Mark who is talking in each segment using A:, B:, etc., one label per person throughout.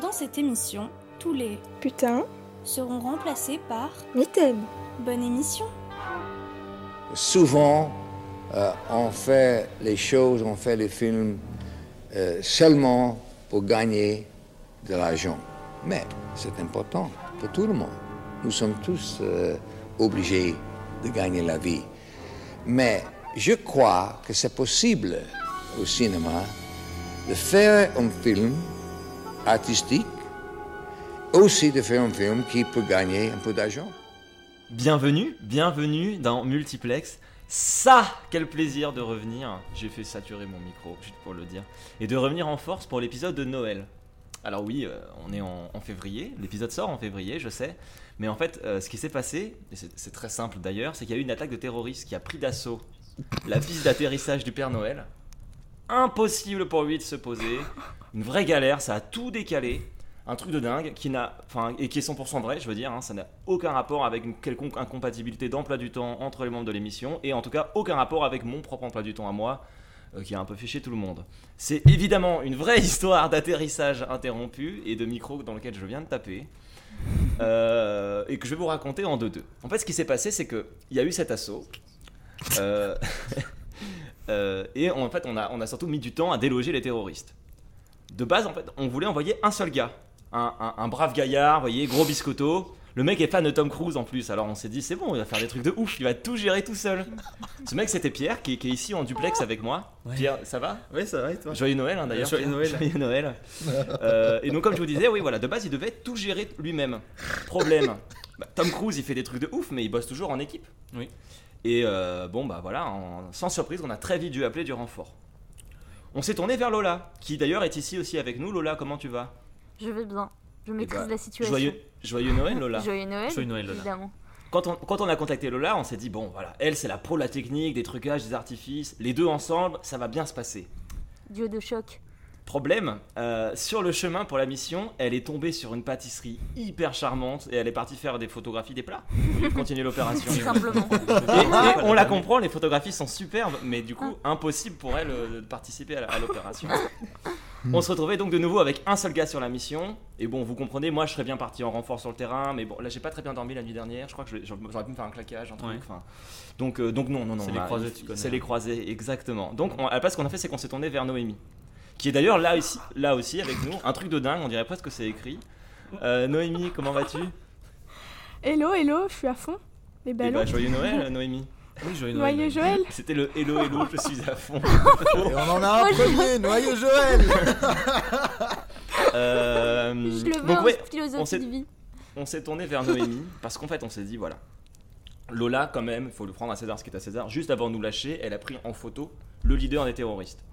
A: Dans cette émission, tous les
B: Putain,
A: seront remplacés par
B: mitaine.
A: Bonne émission.
C: souvent, euh, on fait les choses, on fait les films euh, seulement pour gagner de l'argent. Mais c'est important pour tout le monde. Nous sommes tous euh, obligés de gagner la vie. Mais je crois que c'est possible au cinéma de faire un film artistique, aussi de faire un film qui peut gagner un peu d'argent.
D: Bienvenue, bienvenue dans Multiplex. Ça, quel plaisir de revenir. J'ai fait saturer mon micro, juste pour le dire. Et de revenir en force pour l'épisode de Noël. Alors oui, euh, on est en, en février, l'épisode sort en février, je sais. Mais en fait, euh, ce qui s'est passé, et c'est c'est très simple d'ailleurs, c'est qu'il y a eu une attaque de terroristes qui a pris d'assaut la piste d'atterrissage du Père Noël. Impossible pour lui de se poser. Une vraie galère, ça a tout décalé. Un truc de dingue qui n'a, enfin, et qui est 100% vrai, je veux dire, hein, ça n'a aucun rapport avec une quelconque incompatibilité d'emploi du temps entre les membres de l'émission, et en tout cas aucun rapport avec mon propre emploi du temps à moi, euh, qui a un peu fiché tout le monde. C'est évidemment une vraie histoire d'atterrissage interrompu et de micro dans lequel je viens de taper. euh, et que je vais vous raconter en deux-deux. En fait, ce qui s'est passé, c'est qu'il y a eu cet assaut. euh, euh, et en fait, on a, on a surtout mis du temps à déloger les terroristes. De base, en fait, on voulait envoyer un seul gars. Un, un- un brave gaillard, vous voyez, gros biscotto. Le mec est fan de Tom Cruise en plus, alors on s'est dit, c'est bon, il va faire des trucs de ouf, il va tout gérer tout seul. Ce mec, c'était Pierre, qui, qui est ici en duplex avec moi.
E: Ouais.
D: Pierre, ça va
E: Oui, ça va et toi
D: Joyeux Noël, hein, d'ailleurs.
E: Joyeux Noël.
D: Joyeux Noël. Euh, et donc, comme je vous disais, oui, voilà, de base, il devait tout gérer lui-même. Problème. Bah, Tom Cruise, il fait des trucs de ouf, mais il bosse toujours en équipe.
E: Oui.
D: Et euh, bon, bah voilà, en- sans surprise, on a très vite dû appeler du renfort. On s'est tourné vers Lola, qui d'ailleurs est ici aussi avec nous. Lola, comment tu vas
F: Je vais bien.
G: Eh
F: Je maîtrise
D: bah,
G: ben,
F: la situation.
D: joyeux, joyeux Noël, Lola.
F: Joyeux Noël.
E: Joyeux Noël, Lola.
F: Évidemment.
D: Quand on, quand on a contacté Lola, on s'est dit, bon, voilà, elle, c'est la pro de la technique, des trucages, des artifices. Les deux ensemble, ça va bien se passer.
F: Dieu de choc.
D: Problème, euh, sur le chemin pour la mission, elle est tombée sur une pâtisserie hyper charmante et elle est partie faire des photographies des plats. pour Continuer l'opération.
F: Tout
D: et,
F: simplement.
E: Ah,
D: et on la comprend, les photographies sont superbes, mais du coup, impossible pour elle euh, de participer à la- à l'opération. On se retrouvait donc de nouveau avec un seul gars sur la mission. Et bon, vous comprenez, moi je serais bien parti en renfort sur le terrain, mais bon, là j'ai pas très bien dormi la nuit dernière. Je crois que je- j'aurais pu me faire un claquage, un truc.
E: Ouais.
D: enfin. Donc, euh, donc non, non, non.
E: C'est
D: on
E: les
D: a-
E: croisés, tu connais,
D: C'est
E: hein.
D: les croisés, exactement. Donc, on, à la place, ce qu'on a fait, c'est qu'on s'est tourné vers Noémie, qui est d'ailleurs là aussi, là aussi avec nous. Un truc de dingue, on dirait presque que c'est écrit. Euh, Noémie, comment vas-tu
H: Hello, hello, je suis à fond. Les
G: ben,
D: Eh
H: ballons.
D: bah, joyeux Noël, Noémie.
E: Oui, joyeux Noël.
H: Noyé Joël.
D: C'était le hello, hello, je suis à fond.
G: Et on en a un premier, noyau Joël
D: Euh,
F: Je le veux
D: donc,
F: en
D: ouais, on
F: philosophie
D: s'est-
F: de vie.
D: on s'est tourné vers Noémie parce qu'en fait on s'est dit voilà Lola quand même il faut le prendre à César ce qui est à César juste avant de nous lâcher elle a pris en photo le leader des terroristes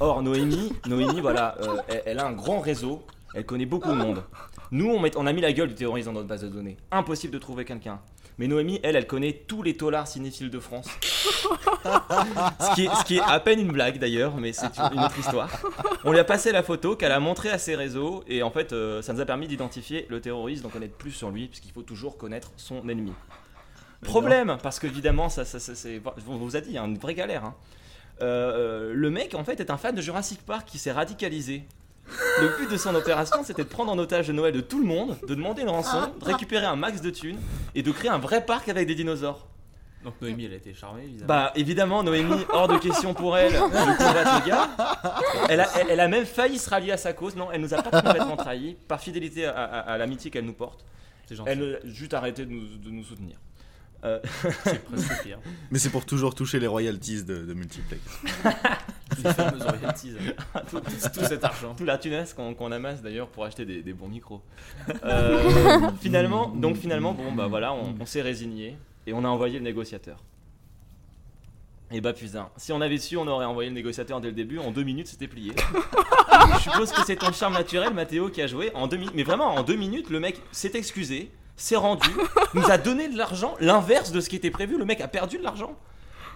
D: or Noémie Noémie voilà euh, elle, elle a un grand réseau elle connaît beaucoup de monde nous on, met- on a mis la gueule du terroriste dans notre base de données impossible de trouver quelqu'un mais Noémie, elle, elle connaît tous les tolards cinéphiles de France. ce, qui est, ce qui est à peine une blague d'ailleurs, mais c'est une autre histoire. On lui a passé la photo qu'elle a montrée à ses réseaux et en fait euh, ça nous a permis d'identifier le terroriste, d'en connaître plus sur lui, puisqu'il faut toujours connaître son ennemi. Problème, parce qu'évidemment, ça, ça, ça- c'est, on vous a dit, hein, une vraie galère. hein. Euh, euh, le mec en fait est un fan de Jurassic Park qui s'est radicalisé. Le but de son opération c'était de prendre en otage le Noël de tout le monde, de demander une rançon, de récupérer un max de thunes et de créer un vrai parc avec des dinosaures.
E: Donc Noémie, elle a été charmée, évidemment.
D: Bah évidemment Noémie, hors de question pour elle, de combattre ce gars. Elle a, elle- elle a même failli se rallier à sa cause. Non, elle nous a pas complètement trahis, par fidélité à, à- à l'amitié qu'elle nous porte.
E: c'est gentil.
D: Elle a juste arrêté de nous, de nous soutenir. Euh,
E: C'est presque pire.
G: Mais c'est pour toujours toucher les royalties de, de Multiplex.
E: Ces fameuses royalties.
D: tout,
E: Tout cet argent.
D: tout la tunasse qu'on qu'on amasse d'ailleurs pour acheter des, des bons micros. Euh, finalement, donc finalement, bon bah voilà,
G: Mm.
D: on, on s'est résigné et on a envoyé le négociateur. Et bah putain, si on avait su, on aurait envoyé le négociateur dès le début. En deux minutes, c'était plié. Je suppose que c'est ton charme naturel, Mathéo, qui a joué en deux minutes. Mais vraiment, en deux minutes, le mec s'est excusé, s'est rendu, nous a donné de l'argent, l'inverse de ce qui était prévu. Le mec a perdu de l'argent.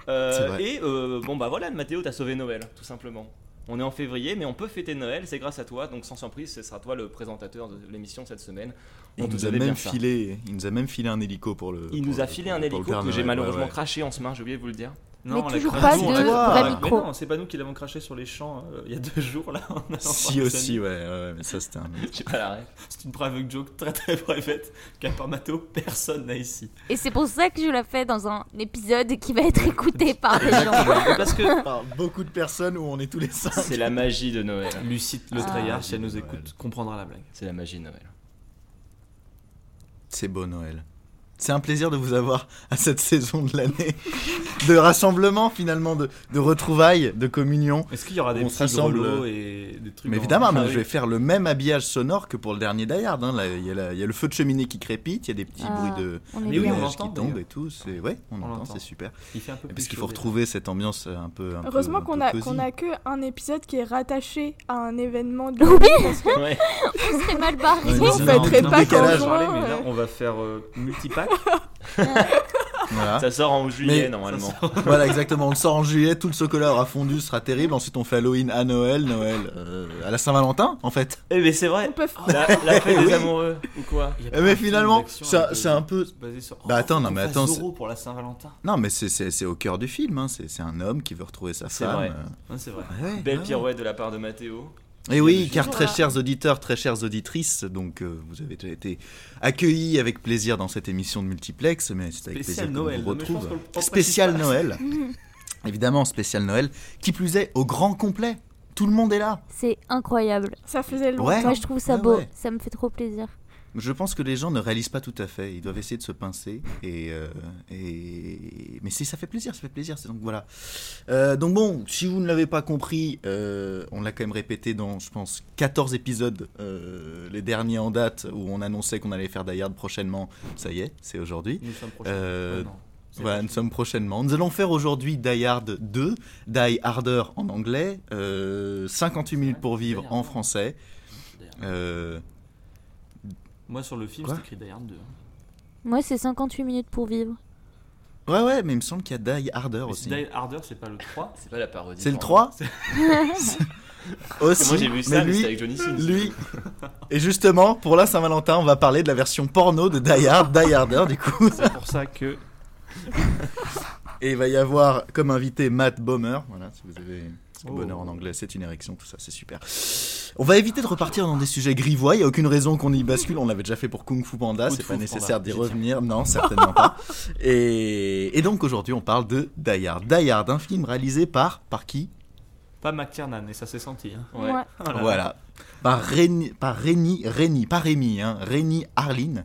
D: Euh,
G: C'est vrai.
D: et euh, bon bah voilà, Mathéo, t'as sauvé Noël, tout simplement. On est en février, mais on peut fêter Noël, c'est grâce à toi. Donc sans surprise, ce sera toi le présentateur de l'émission cette semaine.
G: Il
D: On te
G: nous, a
D: devait
G: même
D: bien ça.
G: filé, il nous a même filé un hélico pour le.
D: Il
G: pour
D: nous a
G: le-
D: filé
G: pour-
D: un
G: pour le
D: hélico
G: Père
D: que j'ai
G: Noël,
D: malheureusement
G: ouais, ouais.
D: craché en ce main, j'ai oublié de vous le dire.
F: Mais
E: on l'a
F: toujours
E: craché.
F: pas
E: Nous, on
G: de
E: l'a-
G: vrai
E: Ah, Mais
F: micro.
E: non, c'est pas nous qui l'avons craché sur les champs euh, il y a deux jours là. en allant
G: Si
E: voir
G: aussi, ouais, ouais, mais ça c'était un.
I: Je sais pas la ref.
E: Samy. C'est une private joke très très private qu'à part Matteo, personne n'a ici.
F: Et c'est pour ça que je la fais dans un épisode qui va être écouté par les gens.
E: Parce que
G: Par beaucoup de personnes où on est tous les cinq.
I: C'est la magie de Noël.
E: Lucide
G: Ah,
E: Le Treillard, si elle nous
G: Noël.
E: écoute, comprendra la blague.
I: C'est la magie de Noël.
G: C'est beau Noël. C'est un plaisir de vous avoir à cette saison de l'année, de rassemblement finalement, de, de retrouvailles, de communion.
E: Est-ce qu'il y aura des
G: On
E: petits
G: s'assemble,
E: grelots
G: euh,
E: et des trucs
G: Mais
E: dans-
G: évidemment,
E: Ah
G: mais
E: oui.
G: je vais faire le même habillage sonore que pour le dernier Die Hard, hein. Là, Il y, a la- il y a le feu de cheminée qui crépite, il y a des petits
F: Ah,
G: bruits de,
F: On
E: Mais
F: est
G: de
E: oui,
F: bien.
E: on
G: neige
E: l'entend,
G: qui tombe
E: d'ailleurs.
G: et tout. C'est ouais, on,
E: On
G: entend,
E: l'entend.
G: c'est super.
E: Il fait un peu
G: Parce
E: plus
G: qu'il faut
E: chaud,
G: retrouver cette ambiance euh, un peu. Un peu-
H: Heureusement
G: un
H: qu'on
G: peu
H: a,
G: cosy.
H: qu'on a que un épisode qui est rattaché à un événement de
F: Oui,
I: Ouais.
F: on serait mal barré.
G: Ouais,
H: on
G: c'est
H: fêterait
G: un
H: pas qu'en
G: décalage.
H: juin.
E: mais là,
H: euh,
E: on va faire euh, multipack.
G: Voilà.
I: Ça sort en juillet
G: Ah. Mais-
I: normalement.
G: Voilà, exactement. On le sort en juillet, tout le chocolat aura fondu, ce sera terrible. Ensuite, on fait Halloween à Noël, Noël euh, à la Saint-Valentin, en fait.
I: Eh mais c'est vrai.
H: On peut f-
I: La, la fête
G: Eh Oui.
I: des amoureux ou quoi
E: Il y a
G: Eh,
E: pas
G: mais
E: un film
G: finalement,
E: d'action
G: ça-
E: avec,
G: c'est
E: euh,
G: un peu-
E: basé sur-
G: Bah, attends, non,
E: on
G: mais
E: passe
G: attends,
E: Zorro pour la Saint-Valentin.
G: Non, mais c'est- c'est c'est au cœur du film. hein. C'est c'est un homme qui veut retrouver sa
I: C'est
G: femme.
I: vrai.
G: euh.
E: Hein, c'est vrai.
G: Ouais,
I: Belle
G: ouais.
I: pirouette de la part de Mathéo.
G: Et oui,
E: Toujours
G: car très
F: là.
G: chers auditeurs, très chères auditrices, donc euh, vous avez déjà été accueillis avec plaisir dans cette émission de multiplex, mais c'est avec
E: Spécial
G: plaisir
E: Noël.
G: qu'on vous
E: mais je pense
G: retrouve.
E: qu'on le prend pas
G: Spécial
E: si
G: Noël, évidemment spécial Noël, qui plus est au grand complet. Tout le monde est là.
F: C'est incroyable.
H: Ça faisait longtemps.
G: Ouais.
F: Moi, je trouve ça
G: Ouais,
F: beau.
G: ouais.
F: Ça me fait trop plaisir.
G: Je pense que les gens ne réalisent pas tout à fait. Ils doivent essayer de se pincer. Et, euh, et... Mais si ça fait plaisir, ça fait plaisir. C'est Donc voilà. Euh, donc bon, si vous ne l'avez pas compris, euh, on l'a quand même répété dans, je pense, 14 épisodes, euh, les derniers en date, où on annonçait qu'on allait faire Die Hard prochainement. Ça y est, c'est aujourd'hui.
E: Nous sommes prochains.
G: Euh,
E: Ouais, non, c'est
G: voilà, nous
E: prochain.
G: sommes prochainement. Nous allons faire aujourd'hui Die Hard 2, Die Harder en anglais, euh, 58 minutes pour vivre en français. Euh,
E: Moi sur le film,
G: Quoi Ah,
E: c'est écrit Die Hard 2. hein.
F: Moi, c'est 58 minutes pour vivre.
G: Ouais, ouais, mais il me semble qu'il y a Die Harder
E: Mais
G: aussi.
E: Die Harder, c'est pas le 3.
I: C'est pas la parodie.
G: C'est le
I: pardon.
G: 3 Aussi.
I: Moi j'ai vu ça, mais,
G: mais
I: c'est
G: lui,
I: avec Johnny Sins.
G: lui. Et justement, pour la Saint-Valentin, on va parler de la version porno de Die Hard, Die Harder du coup.
E: C'est pour ça que
G: Et il va y avoir comme invité Matt Bomer. Voilà, si vous avez. parce que
E: Oh.
G: Bonheur en anglais, c'est une érection, tout ça, c'est super. On va éviter de repartir dans des sujets grivois, il n'y a aucune raison qu'on y bascule, on l'avait déjà fait pour Kung Fu Panda,
E: Kung
G: c'est
E: Fu
G: pas
E: Panda,
G: nécessaire d'y
E: j'y tiens.
G: revenir, non, certainement pas. Et, et donc aujourd'hui, on parle de Die Hard. Die Hard, un film réalisé par, par qui
E: pas McTiernan et ça s'est senti. hein.
I: Ouais.
F: Moi,
E: Voilà.
G: Voilà. Par Rémi, par Rémi, Rémi, pas Rémi, hein, Rémi Harlin.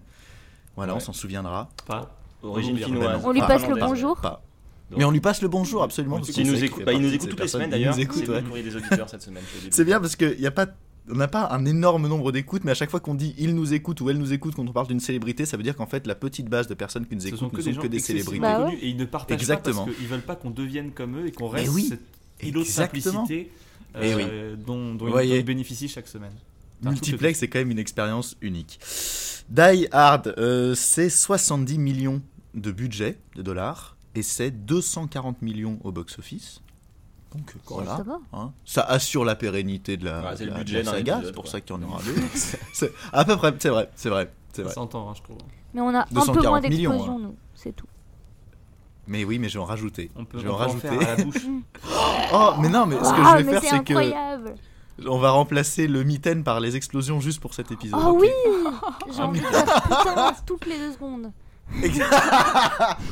G: Voilà,
I: Ouais.
G: on s'en souviendra.
E: Pas.
I: Origine
E: Ben
I: finnoise.
G: non.
F: on lui
G: Ah,
F: passe le
I: Finlandaise.
F: bonjour.
G: Pas. Mais on lui passe le bonjour, absolument. parce
I: Il
G: qu'on
I: nous
G: sait
I: écoute,
G: qu'il fait
I: bah, il nous
G: partie
I: écoute
G: de ces
I: toutes les
G: personnes
I: semaines
G: qui
I: d'ailleurs.
G: nous écoutent,
I: C'est
G: ouais.
I: le courrier des auditeurs cette semaine. je le dis.
G: C'est bien parce qu'il n'y a pas. On n'a pas un énorme nombre d'écoutes, mais à chaque fois qu'on dit il nous écoute ou elle nous écoute quand on parle d'une célébrité, ça veut dire qu'en fait la petite base de personnes qui nous
E: Ce
G: écoutent
E: sont
G: ne
E: que des
G: sont
E: gens
G: que des
E: excessivement
G: célébrités.
F: Bah ouais.
E: connus et ils ne partagent
G: Exactement.
E: pas parce qu'ils veulent pas qu'on devienne comme eux et qu'on
G: Mais
E: reste
G: oui.
E: cet îlot de
G: Exactement.
E: simplicité
G: Eh
E: euh, dont, dont ils-
G: Voyez.
E: dont ils bénéficient chaque semaine. T'as un truc
G: Multiplex c'est quand même une expérience unique. Die Hard, euh, c'est 70 millions de budget de dollars et c'est 240 millions au box-office.
F: euh,
G: Donc voilà.
F: Ça va.
G: hein. Ça assure la pérennité de la,
I: Ouais, c'est
G: de
I: le
G: la- de
I: budget
G: la
I: d'un
G: saga,
I: épisode,
G: c'est pour
I: quoi.
G: ça qu'il y en aura deux. C'est- à peu près, c'est vrai, c'est vrai, c'est
E: Ça
G: vrai.
E: s'entend, hein, je trouve.
F: Mais on a un
G: 240
F: peu moins
G: millions, hein.
F: d'explosion, nous. C'est tout.
G: Mais oui, mais je vais en rajouter.
E: On peut,
G: je
E: on
G: vais
E: peut en
G: en rajouter.
E: faire à la bouche.
G: Oh, mais non, mais ce que
F: Ah,
G: je vais
F: mais
G: faire,
F: c'est
G: c'est que
F: incroyable.
G: on va remplacer le mitaine par les explosions juste pour cet épisode.
F: Oh
G: Ah, ok Ah,
F: oui J'ai envie de faire putain toutes les deux secondes.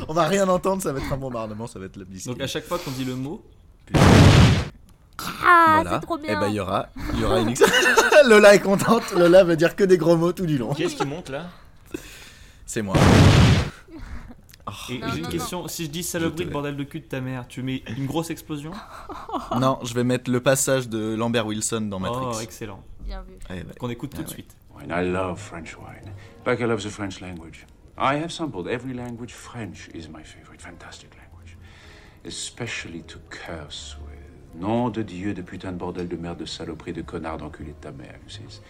G: On va rien entendre, ça va être un bombardement, ça va être la blissure.
E: Donc à chaque fois qu'on dit le mot,
F: Ah,
G: Voilà.
F: c'est trop bien.
G: Eh ben, il y aura, il y aura une. Lola est contente. Lola veut dire que des gros mots tout du long.
I: Qui est-ce qui monte là
G: C'est moi. Oh,
E: et
F: Non,
E: j'ai une
F: non,
E: question, si je dis saloperie
G: Je
E: de
G: te
E: bordel de cul de ta mère, tu mets une grosse explosion
G: Non, je vais mettre le passage de Lambert Wilson dans
E: Oh,
G: Matrix.
E: excellent.
F: Bien vu.
G: Eh ben,
E: Qu'on écoute tout de
G: ouais.
E: suite.
J: Wine. I love French wine. Becca loves the French language. I have sampled every language. French is my favorite. Fantastic language. Especially to curse with. Nom de Dieu, de putain de bordel de merde, de saloperie, de connard, d'enculé de ta mère. You see, it's,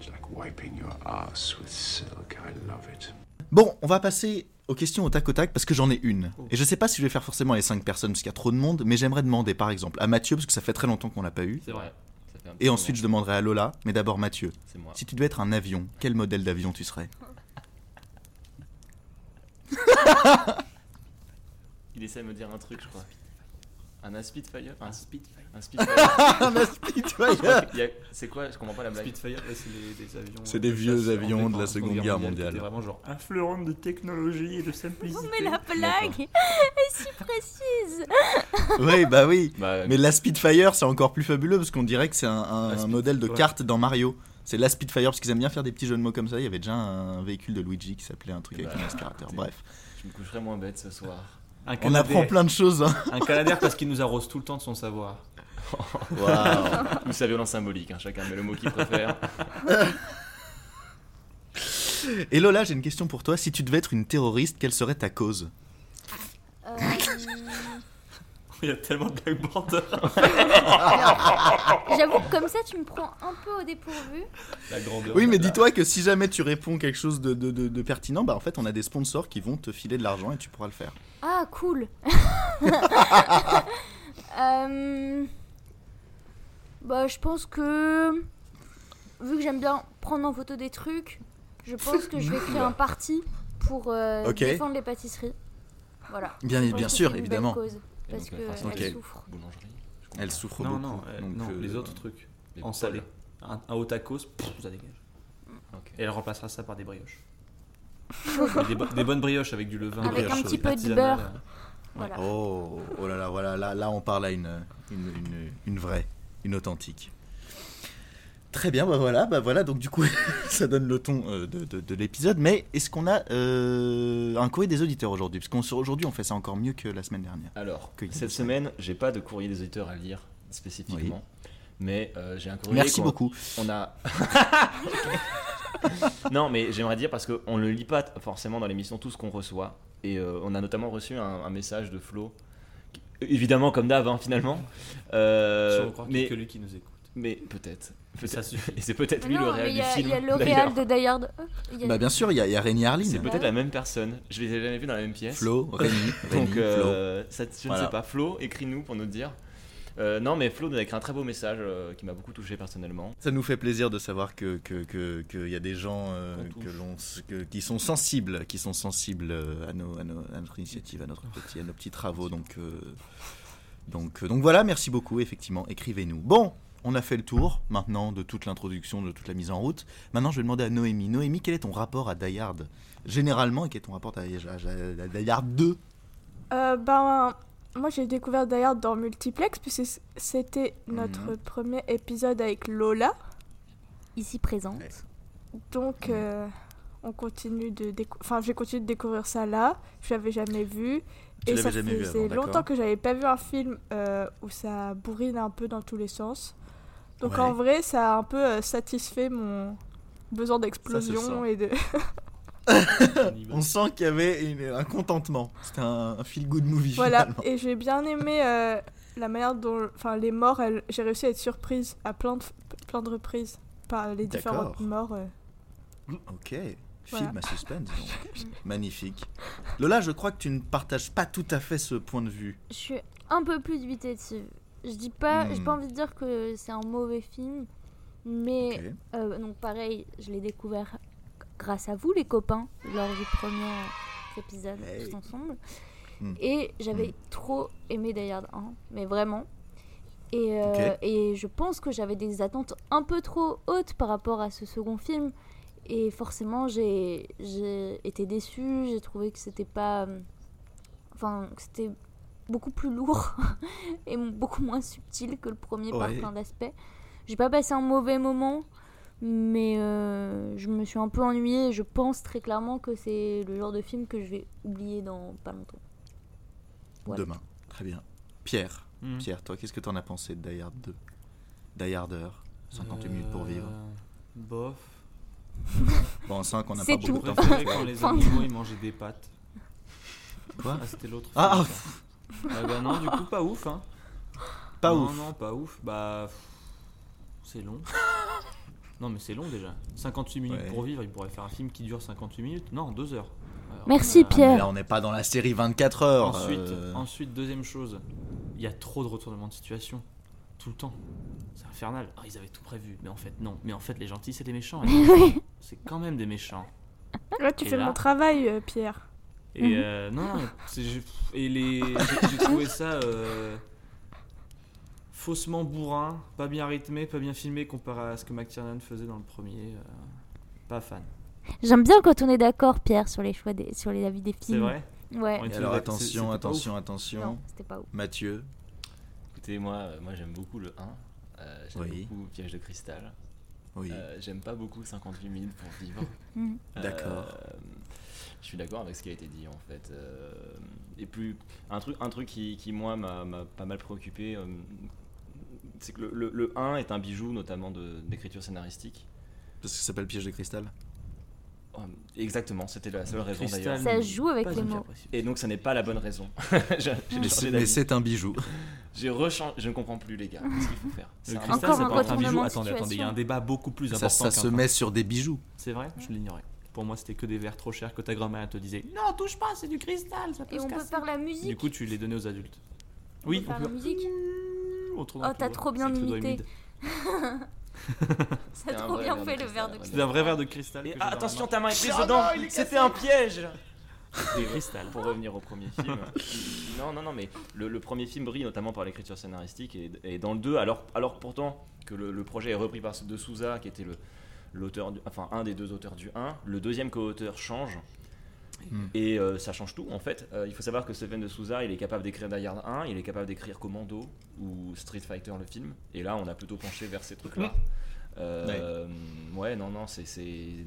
J: it's like wiping your ass with silk. I love it.
G: Bon, on va passer aux questions au tac au tac parce que j'en ai une. Et je sais pas si je vais faire forcément les 5 personnes parce qu'il y a trop de monde, mais j'aimerais demander par exemple à Mathieu parce que ça fait très longtemps qu'on l'a pas eu.
E: C'est vrai.
I: Ça fait un petit
G: Et ensuite, je demanderai à Lola, mais d'abord Mathieu.
I: moment. c'est moi.
G: Si tu devais être un avion, quel modèle d'avion tu serais
I: Il essaie de me dire un truc, je crois. Un Aspidfire Un
E: Spitfire.
I: un Spitfire
G: Un Spitfire
I: Il y a- C'est quoi Je comprends pas la blague.
E: Spitfire, ouais, c'est des, des avions.
G: C'est des
E: de
G: vieux
E: chasse en
G: avions de la
E: défense, en
G: Seconde Guerre mondiale.
E: C'était vraiment genre un fleuron de technologie et de simplicité.
F: Mais la blague est si précise.
G: Oui, bah oui.
I: Bah,
G: Mais la Spitfire, c'est encore plus fabuleux parce qu'on dirait que c'est un, un-
E: La
G: un
E: Spit-
G: modèle de
E: ouais.
G: carte dans Mario. C'est la Spitfire parce qu'ils aiment bien faire des petits jeux de mots comme ça. Il y avait déjà un véhicule de Luigi qui s'appelait un truc
I: Et
G: avec
I: bah,
G: un aspirateur. Bref,
I: je me coucherai moins bête ce soir.
E: Un
G: on apprend plein de choses. hein.
E: Un canadair parce qu'il nous arrose tout le temps de son savoir.
I: Ou sa violence symbolique, hein, chacun met le mot qu'il préfère.
G: Et Lola, j'ai une question pour toi. Si tu devais être une terroriste, quelle serait ta cause
F: Euh,
E: Il y a tellement de Black Border.
F: J'avoue, que comme ça, tu me prends un peu au dépourvu.
E: La grandeur.
G: Oui, mais dis-toi que si jamais tu réponds quelque chose de, de- de- de pertinent, bah en fait, on a des sponsors qui vont te filer de l'argent et tu pourras le faire.
F: Ah, cool. Euh, Bah, je pense que. Vu que j'aime bien prendre en photo des trucs, je pense que je vais créer un parti pour euh,
G: Ok.
F: défendre les pâtisseries. Voilà.
G: Bien,
F: Je pense
G: bien
F: que
G: sûr,
F: c'est une belle
G: évidemment.
F: cause, parce
I: donc, euh, la farce,
F: qu'elles
G: ok.
F: souffrent.
I: Boulangerie. je comprends
G: Elle
I: pas.
G: souffre
E: Non,
G: beaucoup.
E: non, euh,
G: donc,
E: non,
G: euh,
E: les autres trucs.
I: Les
E: En
I: poils.
E: salé. Un, un haut tacos, pff, ça dégage.
I: Ok.
E: Et elle remplacera ça par des brioches. Mais des, bo- des bonnes brioches avec du levain.
G: Des
F: Avec
G: brioches,
F: un petit
G: oui.
F: peu de
E: artisanales.
F: beurre. Voilà.
G: Oh, oh là là, voilà, là, là on parle à une, une, une- une vraie, une authentique. Très bien, bah voilà, bah voilà, donc du coup, ça donne le ton euh, de, de- de l'épisode. Mais est-ce qu'on a euh, un courrier des auditeurs aujourd'hui Parce qu'aujourd'hui, on fait ça encore mieux que la semaine dernière.
I: Alors,
G: Que-
I: cette semaine, j'ai pas de courrier des auditeurs à lire spécifiquement. Mais euh, j'ai un courrier.
G: Merci
I: qu'on-
G: beaucoup.
I: On a. non, mais j'aimerais dire parce qu'on ne lit pas t- forcément dans l'émission tout ce qu'on reçoit. Et euh, on a notamment reçu un, un message de Flo. qui- Évidemment, comme d'hab, hein, finalement.
E: Si
I: Euh,
E: on croit
I: mais
E: que lui qui nous écoute.
I: mais peut-être. Peut-être.
E: Ça suffit.
I: Et c'est peut-être
F: Mais
I: lui le
F: non, mais
I: réel
F: il y
I: du
F: a- il
I: film.
F: y a
I: d'ailleurs.
F: L'Oréal de Die Hard. Euh, il y a-
G: Bah bien sûr, il y a, il y a Rémi
I: C'est
G: Harlin,
I: peut-être la même personne. Je les ai jamais vus dans la même pièce.
G: Flo, Rémi, Rémi,
I: Donc,
G: Flo.
I: euh, ça- je
G: Voilà.
I: ne sais pas. Flo, écris-nous pour nous dire. Euh, non, mais Flo nous a écrit un très beau message euh, qui m'a beaucoup touché personnellement.
G: Ça nous fait plaisir de savoir que que- que- qu'il y a des gens euh,
E: Qu'on touche.
G: que l'on s- que- qui sont sensibles, qui sont sensibles euh, à, nos, à, nos- à notre initiative, à
E: Oh.
G: notre petit, à nos petits travaux. Donc euh, donc euh, donc voilà, merci beaucoup. Effectivement, écrivez-nous. Bon, on a fait le tour maintenant de toute l'introduction, de toute la mise en route. Maintenant, je vais demander à Noémie. Noémie, quel est ton rapport à Die Hard Généralement, et quel est ton rapport à Die à- à- à Die Hard 2
H: Euh, ben, moi j'ai découvert d'ailleurs dans Multiplex, puisque c- c'était
G: Mhm.
H: notre premier épisode avec Lola.
F: Ici présente.
H: Donc, euh, on continue de décou- enfin, j'ai continué de découvrir ça là. Je l'avais jamais vu.
G: Tu
H: et
G: l'avais
H: ça
G: jamais vu
H: faisait
G: avant, d'accord.
H: longtemps que j'avais pas vu un film euh, où ça bourrine un peu dans tous les sens. Donc
G: Ouais.
H: en vrai, ça a un peu euh, satisfait mon besoin d'explosion
G: sent.
H: et de.
F: Euh.
E: Bah.
G: On sent qu'il y avait une- un contentement. C'était un, feel good movie.
H: voilà.
G: finalement.
H: Et j'ai bien aimé euh, la manière dont, enfin, les morts. elles- J'ai réussi à être surprise à plein de, plein de reprises par les différentes
G: D'accord.
H: morts. euh.
G: Ok.
H: Voilà.
G: Film à suspense. donc. Magnifique. Lola, je crois que tu ne partages pas tout à fait ce point de vue.
F: Je suis un peu plus dubitative. Je dis pas, j'ai pas
G: Hmm.
F: envie de dire que c'est un mauvais film, mais
G: Ok.
F: euh, donc pareil, je l'ai découvert grâce à vous les copains lors du premier épisode
G: Hey.
F: tous ensemble.
G: Eh Hmm.
F: Et j'avais trop aimé Die Hard 1, mais vraiment. Et, euh,
G: Ok.
F: et je pense que j'avais des attentes un peu trop hautes par rapport à ce second film. Et forcément, j'ai j'ai été déçue, j'ai trouvé que c'était pas. euh, Enfin, que c'était beaucoup plus lourd et m- beaucoup moins subtil que le premier par
G: Ouais.
F: plein d'aspects. J'ai pas passé un mauvais moment, mais euh, je me suis un peu ennuyée. et Je pense très clairement que c'est le genre de film que je vais oublier dans pas longtemps. Voilà.
G: Demain. Très bien. Pierre,
E: Hmm.
G: Pierre, toi, qu'est-ce que t'en as pensé de Die Hard 2 Die Harder, 58
E: Euh,
G: minutes pour vivre.
E: Bof.
G: Bon, 5, on n'a pas
F: C'est
G: beaucoup
E: J'ai
G: de temps.
E: préféré quand les
F: Fin de-
E: animaux ils mangeaient des pâtes.
G: Quoi
E: Ah, c'était l'autre.
G: Ah,
E: film, ça. Ah bah non, du coup, pas ouf. Hein.
G: Pas
E: non,
G: ouf.
E: Non, pas ouf. Bah. pff, C'est long. non, mais c'est long déjà. 58 minutes
G: Ouais.
E: pour vivre, il pourrait faire un film qui dure 58 minutes. Non, 2 heures. Alors,
F: Merci
E: euh,
G: Mais
F: Pierre.
G: là, on n'est pas dans la série 24 heures.
E: Ensuite,
G: euh,
E: ensuite, deuxième chose, il y a trop de retournements de situation. Tout le temps. C'est infernal. Ah, ils avaient tout prévu. Mais en fait, non. Mais en fait, les gentils, c'est hein. des méchants. Et les méchants, C'est quand même des méchants.
H: Ouais, tu
E: Et
H: fais
E: là
H: mon travail, euh, Pierre.
E: Et
F: Mhm.
E: euh, non, non, c'est- j'ai- et les, j'ai- j'ai trouvé ça euh, faussement bourrin, pas bien rythmé, pas bien filmé comparé à ce que McTiernan faisait dans le premier. euh, pas fan.
F: J'aime bien quand on est d'accord, Pierre, sur les choix des, sur les avis des films.
E: C'est vrai
F: Mhm. Ouais.
E: On est tous
G: Alors
E: d'accord. C'est- c'était
G: attention,
E: pas ouf.
G: attention, attention.
F: Non, c'était pas ouf.
G: Mathieu,
D: Écoutez, moi, euh, moi j'aime beaucoup le 1. euh, j'aime
G: Oui.
D: beaucoup Piège de cristal.
G: oui.
D: Euh, j'aime pas beaucoup 58 minutes pour vivre.
F: Mhm.
D: Euh,
G: D'accord.
D: je suis d'accord avec ce qui a été dit en fait. Euh, et plus un truc, un truc qui, qui, moi m'a m'a pas mal préoccupé, euh, c'est que le, le- le 1 est un bijou notamment de- d'écriture scénaristique.
G: Parce que ça s'appelle Piège de cristal.
D: Oh, exactement, c'était la seule raison
E: Cristal,
D: d'ailleurs.
F: Ça joue avec
E: Pas
F: les
E: hyper
F: mots.
E: précis.
D: Et donc ça n'est pas la bonne raison. J'ai- j'ai
G: Mais
D: changé
G: c'est-
D: d'avis.
G: mais c'est un bijou.
D: J'ai rechangé. Je ne comprends plus les gars. Qu'est-ce qu'il faut faire
E: Le
D: C'est un-
E: cristal,
F: Encore
E: ça
F: un
E: peut être un bijou.
F: retournement de
E: Attendez, attendez, il y a un
F: situation.
E: débat beaucoup plus
G: Ça,
E: important.
G: ça se
E: qu'un-
G: met sur des bijoux.
E: C'est vrai Je l'ignorais. Pour moi, c'était que des verres trop chers que ta grand-mère elle te disait Non, touche pas, c'est du cristal, ça peut
F: Et
E: se
F: on peut
E: casser.
F: faire la
E: Du
F: musique.
E: coup, tu les donnais aux adultes.
F: On
E: Oui, Mmh,
F: peut faire la musique.
E: On tourne
F: Oh,
E: avec le
F: t'as
E: doigt.
F: trop bien
E: Avec le doigt
F: imité.
E: humide.
F: Ça a
D: C'était un
F: trop
D: vrai
F: bien
D: verre de
F: fait le
D: cristal,
F: verre de
D: ouais.
E: C'était un vrai verre de cristal.
D: Et
E: que
D: ah,
E: j'avais dans
D: attention,
E: la
D: ta main est prise dedans. C'était un piège.
E: main. Des cristal.
D: Pour revenir au premier film, non, non, non, mais le, le premier film brille notamment par l'écriture scénaristique et, et dans le 2, alors, alors pourtant que le, le projet est repris par De Souza, qui était le, l'auteur du- enfin, un des deux auteurs du 1, le deuxième co-auteur change.
G: Mm.
D: Et euh, ça change tout en fait. Euh, il faut savoir que Stephen de Souza, il est capable d'écrire Die Hard 1, il est capable d'écrire Commando ou Street Fighter le film. Et là, on a plutôt penché vers ces trucs-là. Euh, ouais. non, non, c'est, c'est-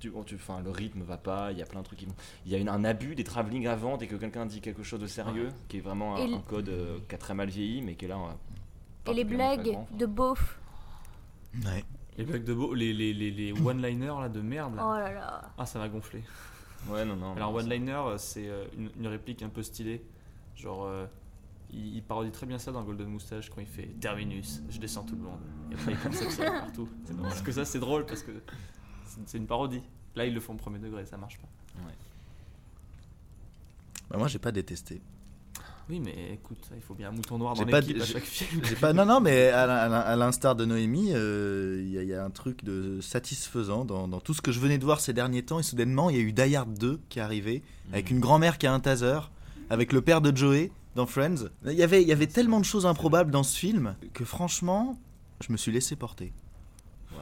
D: tu, on- tu- enfin, le rythme va pas. Il y a plein de trucs qui vont. Il y a une- un abus des travelling avant dès que quelqu'un dit quelque chose de sérieux, qui est vraiment un,
F: Et l-
D: un code euh, qui a très mal vieilli, mais qui est là. euh,
F: Et les
D: particulièrement
F: blagues
D: flagrant, enfin.
F: de beauf.
G: Ouais.
E: Les blagues de beau, les, les, les, les
F: Mmh.
E: one-liners là de merde.
F: Oh
E: là.
F: là là.
E: Ah, ça m'a gonflé.
D: Ouais, non, non.
E: Alors,
D: non,
E: one-liner, euh, c'est euh, une, une réplique un peu stylée. Genre, euh, il, il parodie très bien ça dans Golden Moustache quand il fait Terminus, je descends tout le monde. Et après, il comme ça, que ça va partout. C'est drôle. Parce que ça, c'est drôle parce que c'est c'est une parodie. Là, ils le font au premier degré, ça marche pas.
G: Bah, moi, j'ai pas détesté.
E: Oui, mais écoute, il faut bien un mouton noir
G: J'ai
E: dans
G: pas
E: l'équipe
G: dit-
E: à
G: j'ai-
E: chaque film.
G: J'ai pas- non, non, mais à, l'in- à l'in- à l'instar de Noémie, euh, il y, a- il y a un truc de satisfaisant dans, dans tout ce que je venais de voir ces derniers temps. Et soudainement, il y a eu Die Hard 2 qui est arrivé, avec une grand-mère qui a un taser, avec le père de Joey dans Friends. Il y avait, il y avait tellement de choses improbables dans ce film que franchement, je me suis laissé porter.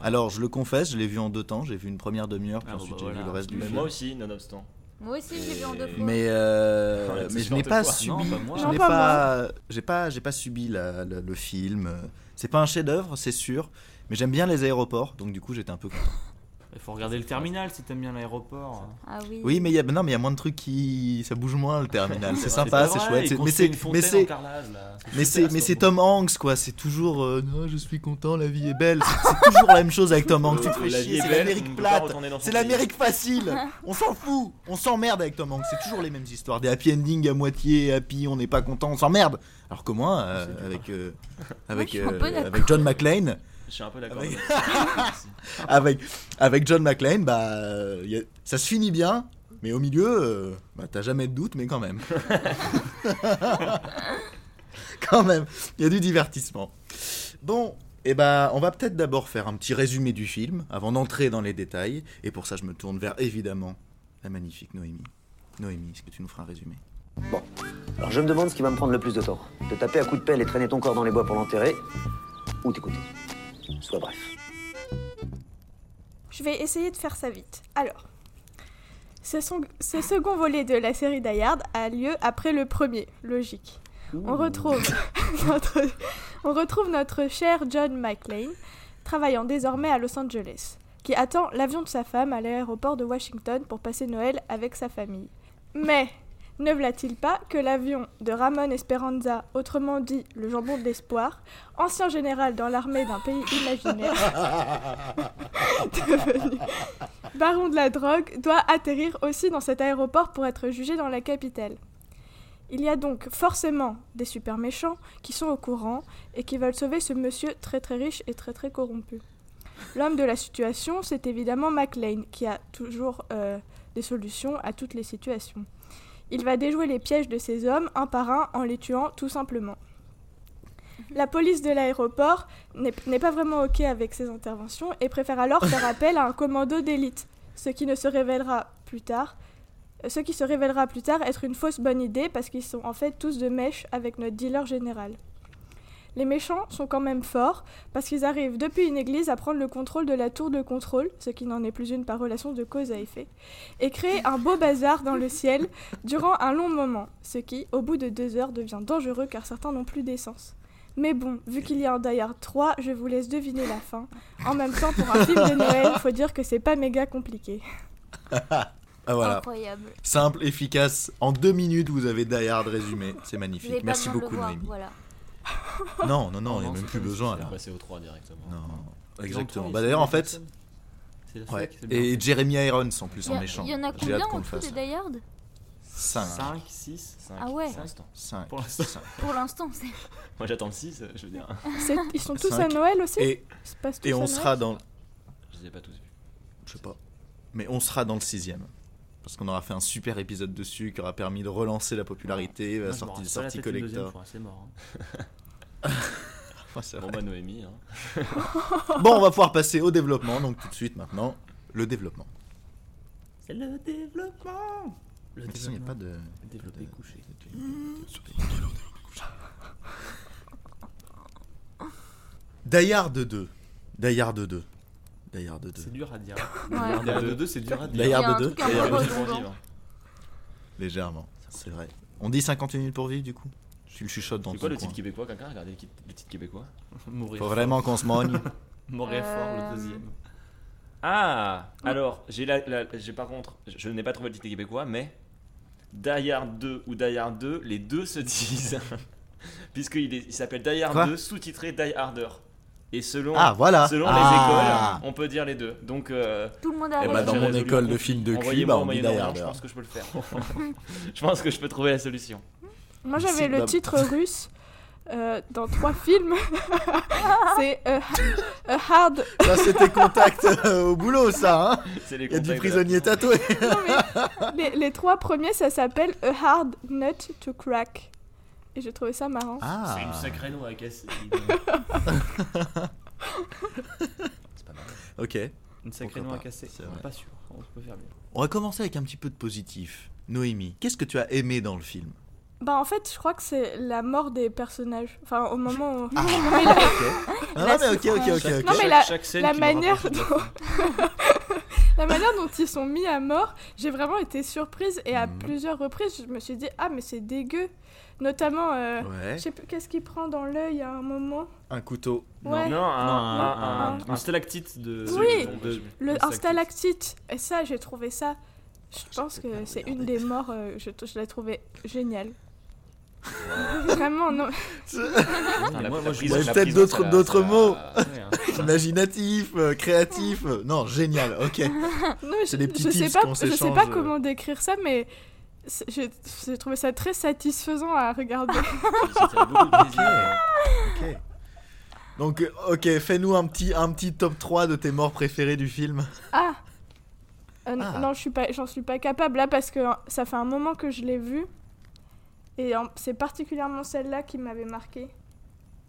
G: Alors, je le confesse, je l'ai vu en deux temps. J'ai vu une première demi-heure, puis
E: Ah,
G: ensuite
E: bah
G: j'ai vu
E: voilà.
G: le reste du
D: Mais
G: film.
D: moi aussi, nonobstant.
F: Moi aussi, je l'ai vu en deux fois.
G: Mais, euh,
D: Ouais,
G: mais
D: c'est
G: je n'ai
D: sûr,
G: pas
D: t'es
G: subi,
E: fort. Ah Non, pas moi.
G: je
H: Non,
G: n'ai
H: pas
G: pas, euh, j'ai pas, j'ai pas subi la- la- le film. C'est pas un chef-d'œuvre, c'est sûr, mais j'aime bien les aéroports, donc du coup j'étais un peu. content.
E: Il faut regarder le terminal si t'aimes bien l'aéroport.
F: Ah oui.
G: Oui, mais il y a, non, mais il y a moins de trucs qui, ça bouge moins le terminal. c'est sympa,
E: pas
G: c'est
E: vrai,
G: chouette.
E: ils
G: c'est- Mais
E: construisent
G: c'est,
E: une
G: mais
E: fontaine en
G: c'est,
E: carrelage, là.
G: mais c'est, mais c'est Tom Hanks quoi. C'est toujours, euh, non, je suis content, la vie est belle. C'est, c'est toujours la même chose avec Tom Hanks.
D: Euh,
G: Tu te fais
D: la vie
G: chier,
D: est
G: c'est
D: belle, on
G: l'Amérique
D: ne peut pas
G: plate.
D: retourner dans son
G: C'est
D: pays.
G: l'Amérique facile On s'en fout On s'emmerde avec Tom Hanks, c'est toujours les mêmes histoires. Des happy ending à moitié, happy, on n'est pas content, on s'emmerde Alors que moi, euh, avec, euh, avec,
F: je suis un
G: euh,
F: peu d'accord.
G: avec John McClane,
D: Je suis un peu d'accord.
G: Avec-
D: Merci.
G: avec, avec John McClane, bah, euh, y a- ça se finit bien, mais au milieu, euh, bah, t'as jamais de doute, mais quand même. quand même, il y a du divertissement. Bon, et ben, on va peut-être d'abord faire un petit résumé du film avant d'entrer dans les détails. Et pour ça, je me tourne vers évidemment la magnifique Noémie. Noémie, est-ce que tu nous feras un résumé
K: Alors je me demande ce qui va me prendre le plus de temps. Te taper à coups de pelle et traîner ton corps dans les bois pour l'enterrer, ou t'écouter. Sois bref.
H: Je vais essayer de faire ça vite. Alors, ce, son- ce second volet de la série Die Hard a lieu après le premier, logique. On retrouve, notre, on retrouve notre cher John McClane, travaillant désormais à Los Angeles, qui attend l'avion de sa femme à l'aéroport de Washington pour passer Noël avec sa famille. Mais ne vla-t-il pas que l'avion de Ramon Esperanza, autrement dit le jambon de l'espoir, ancien général dans l'armée d'un pays imaginaire, devenu baron de la drogue, doit atterrir aussi dans cet aéroport pour être jugé dans la capitale. Il y a donc forcément des super méchants qui sont au courant et qui veulent sauver ce monsieur très très riche et très très corrompu. L'homme de la situation, c'est évidemment McLean, qui a toujours euh, des solutions à toutes les situations. Il va déjouer les pièges de ces hommes un par un en les tuant tout simplement. La police de l'aéroport n'est n'est pas vraiment OK avec ces interventions et préfère alors faire appel à un commando d'élite, ce qui ne se révélera plus tard ce qui se révélera plus tard être une fausse bonne idée parce qu'ils sont en fait tous de mèche avec notre dealer général. Les méchants sont quand même forts parce qu'ils arrivent depuis une église à prendre le contrôle de la tour de contrôle, ce qui n'en est plus une par relation de cause à effet, et créer un beau bazar dans le ciel durant un long moment, ce qui, au bout de deux heures, devient dangereux car certains n'ont plus d'essence. Mais bon, vu qu'il y a un Die Hard 3, je vous laisse deviner la fin. En même temps, pour un film de Noël, faut dire que c'est pas méga compliqué.
G: Ah voilà,
F: Incroyable.
G: simple, efficace. En deux minutes, vous avez Die Hard résumé. C'est
F: Vous avez
G: magnifique.
F: pas
G: Merci
F: besoin de le
G: beaucoup,
F: voir,
G: Noémie.
F: Voilà.
G: Non, non, non, il n'y a
D: Non,
G: même
D: c'est
G: plus
D: pas
G: besoin
D: nécessaire,
G: là.
D: passer au 3 directement.
G: Non,
E: Ils
G: exactement.
E: ont
G: Bah
E: trouvé,
G: d'ailleurs, en
E: c'est
G: fait,
E: Jackson. C'est la
G: ouais.
E: seule qui fait bien.
G: Et Jeremy Irons en plus
F: Il y,
G: en
F: a-
G: méchant.
F: il y en a
G: J'ai
F: combien
G: hâte qu'on
F: en
G: le
F: tout
G: fasse.
F: des Die Hard
G: 5.
E: 5, 6.
D: Cinq,
F: Ah ouais.
D: pour l'instant.
G: Cinq.
E: Pour l'instant.
G: Cinq.
F: Pour l'instant, c'est.
D: Moi j'attends le 6, je veux dire.
H: C'est- Ils sont tous à
G: Cinq.
H: Noël aussi
G: Et,
H: Ils se passent tous
G: et
H: à
G: on
H: Noël
G: sera dans.
D: Je les ai pas tous vus.
G: Je sais pas. Mais on sera dans le sixième. Parce qu'on aura fait un super épisode dessus qui aura permis de relancer la
E: Ah,
G: popularité, la sortie, sortie collector.
E: C'est mort. hein.
G: Ouais, c'est
D: Bon
G: vrai.
D: bah Noémie, hein.
E: bah.
G: Bon, on va pouvoir passer au développement. Donc tout de suite maintenant, le développement.
E: C'est le développement. Le
G: Même s'il n'y a pas de.
E: Développé
D: Euh,
E: couché.
G: Die Hard 2. Die Hard 2. Die Hard 2.
E: C'est dur à dire. hein.
F: Ouais.
E: Derrière de 2, c'est dur à
G: Die
E: dire.
F: Il y a un
G: Hard 2.
F: truc un peu
G: Die Hard 2.
F: redondant.
G: hein. Légèrement, c'est vrai. On dit 50 minutes pour vivre du coup Tu le chuchotes dans
D: C'est
G: ton
D: quoi le
G: coin.
D: titre québécois Quelqu'un a regardé le kit- le titre québécois
E: Mourir.
G: Faut
E: fort.
G: vraiment qu'on se mogne.
E: Mourir fort,
F: Euh,
E: le deuxième.
D: Ah Alors, j'ai la, la- j'ai par contre, je, je n'ai pas trouvé le titre québécois, mais Die Hard 2 ou Die Hard 2, les deux se disent. Puisqu'il est- il s'appelle Die Hard
G: Quoi
D: 2, sous-titré Die Harder. Et selon,
G: Ah voilà
D: selon
G: Ah.
D: les écoles, on peut dire les deux. Donc, euh,
F: Tout le monde
D: Eh
F: a Ah,
G: Eh
D: Voilà,
G: bah, dans
D: j'ai
G: mon
D: résolu
G: école
D: le
G: de films de cul,
D: envoyez-moi
G: bah,
D: au
G: on dit Die
D: Moyen-Orient,
G: Hard.
D: je pense que je peux le faire. je pense que je peux trouver la solution.
H: Moi
G: Mais c'est
H: j'avais le
G: pas-
H: titre russe euh, dans trois films. c'est euh, A Hard.
G: Ça c'était contact euh, au boulot ça hein
D: C'est les
G: Il y a du
D: contacts de la-
G: prisonnier tatoué
H: Non, mais les, les trois premiers ça s'appelle A Hard Nut to Crack. Et j'ai trouvé ça marrant.
G: Ah
E: sacrée noix à casser.
D: C'est pas mal.
G: Ok.
E: Une sacrée
G: Pourquoi
E: noix à
G: pas,
E: casser.
G: c'est
E: On
G: vrai.
E: est pas sûr. On peut faire mieux.
G: On va commencer avec un petit peu de positif. Noémie, qu'est-ce que tu as aimé dans le film
H: Bah en fait je crois que c'est la mort des personnages. Enfin au moment où...
G: Non,
F: La
G: non, mais Ah, ok, ok, ok, ok.
H: Non, mais la-
E: scène
H: la
E: qui me
H: manière
E: rapproche de la
H: dont-
E: fin.
H: la manière dont ils sont mis à mort, j'ai vraiment été surprise et à
G: Mhm.
H: plusieurs reprises je me suis dit ah mais c'est dégueu. Notamment, euh,
G: Ouais.
H: je sais plus qu'est-ce qu'il prend dans l'œil à un moment.
G: Un couteau.
H: Ouais.
E: Non, un, un,
H: non,
E: un- un stalactite de.
H: Oui.
E: de- de-
H: Le,
E: de
H: un stalactite, et ça, j'ai trouvé ça. Je pense que c'est une des morts, euh, je, je l'ai trouvé géniale. Vraiment, non.
D: Putain,
E: Mais
D: la-
E: moi-
D: la
E: moi, je
D: prison-
G: vois
D: la
G: peut-être
D: prison,
G: d'autres-
D: ça la-
G: d'autres
D: ça la-
G: mots.
E: Ouais, hein.
G: Imaginatif, euh, créatif. euh, Non, génial, ok.
H: non
G: C'est
H: je,
G: des petits
H: je sais
G: tips
H: pas,
G: qu'on
H: je sais
G: s'échange,
H: pas
G: euh.
H: comment décrire ça, mais c'est- j'ai j'ai trouvé ça très satisfaisant à regarder.
D: C'était beaucoup de plaisir.
G: Ok. Donc, euh, ok, fais-nous un petit, un petit top 3 de tes morts préférées du film.
H: ah Euh,
G: Ah.
H: Non, je suis pas- j'en suis pas capable là parce que euh, ça fait un moment que je l'ai vu. Et en- c'est particulièrement celle-là qui m'avait marqué.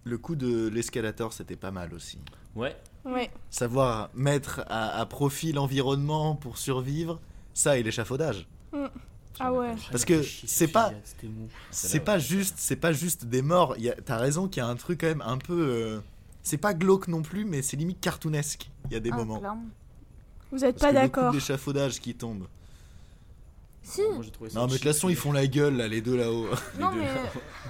G: Le coup de l'escalator, c'était pas mal aussi.
D: Ouais,
H: Ouais.
G: Savoir mettre à, à profit l'environnement pour survivre, ça et l'échafaudage.
H: Ah ouais.
G: Parce que c'est pas-
E: C'était mou.
G: C'est pas juste, c'est pas juste des morts. Il y a- T'as raison qu'il y a un truc quand même un peu. euh, c'est pas glauque non plus, mais c'est limite cartoonesque. Il y a des
F: Ah,
G: moments.
F: clairement.
H: Vous êtes
G: Parce
H: pas
G: que le coup
H: d'accord.
G: de l'échafaudage qui tombe.
F: Si,
E: Moi, j'ai trouvé ça
G: Non, mais de toute façon, ils font la gueule là, les deux là-haut.
F: non, mais,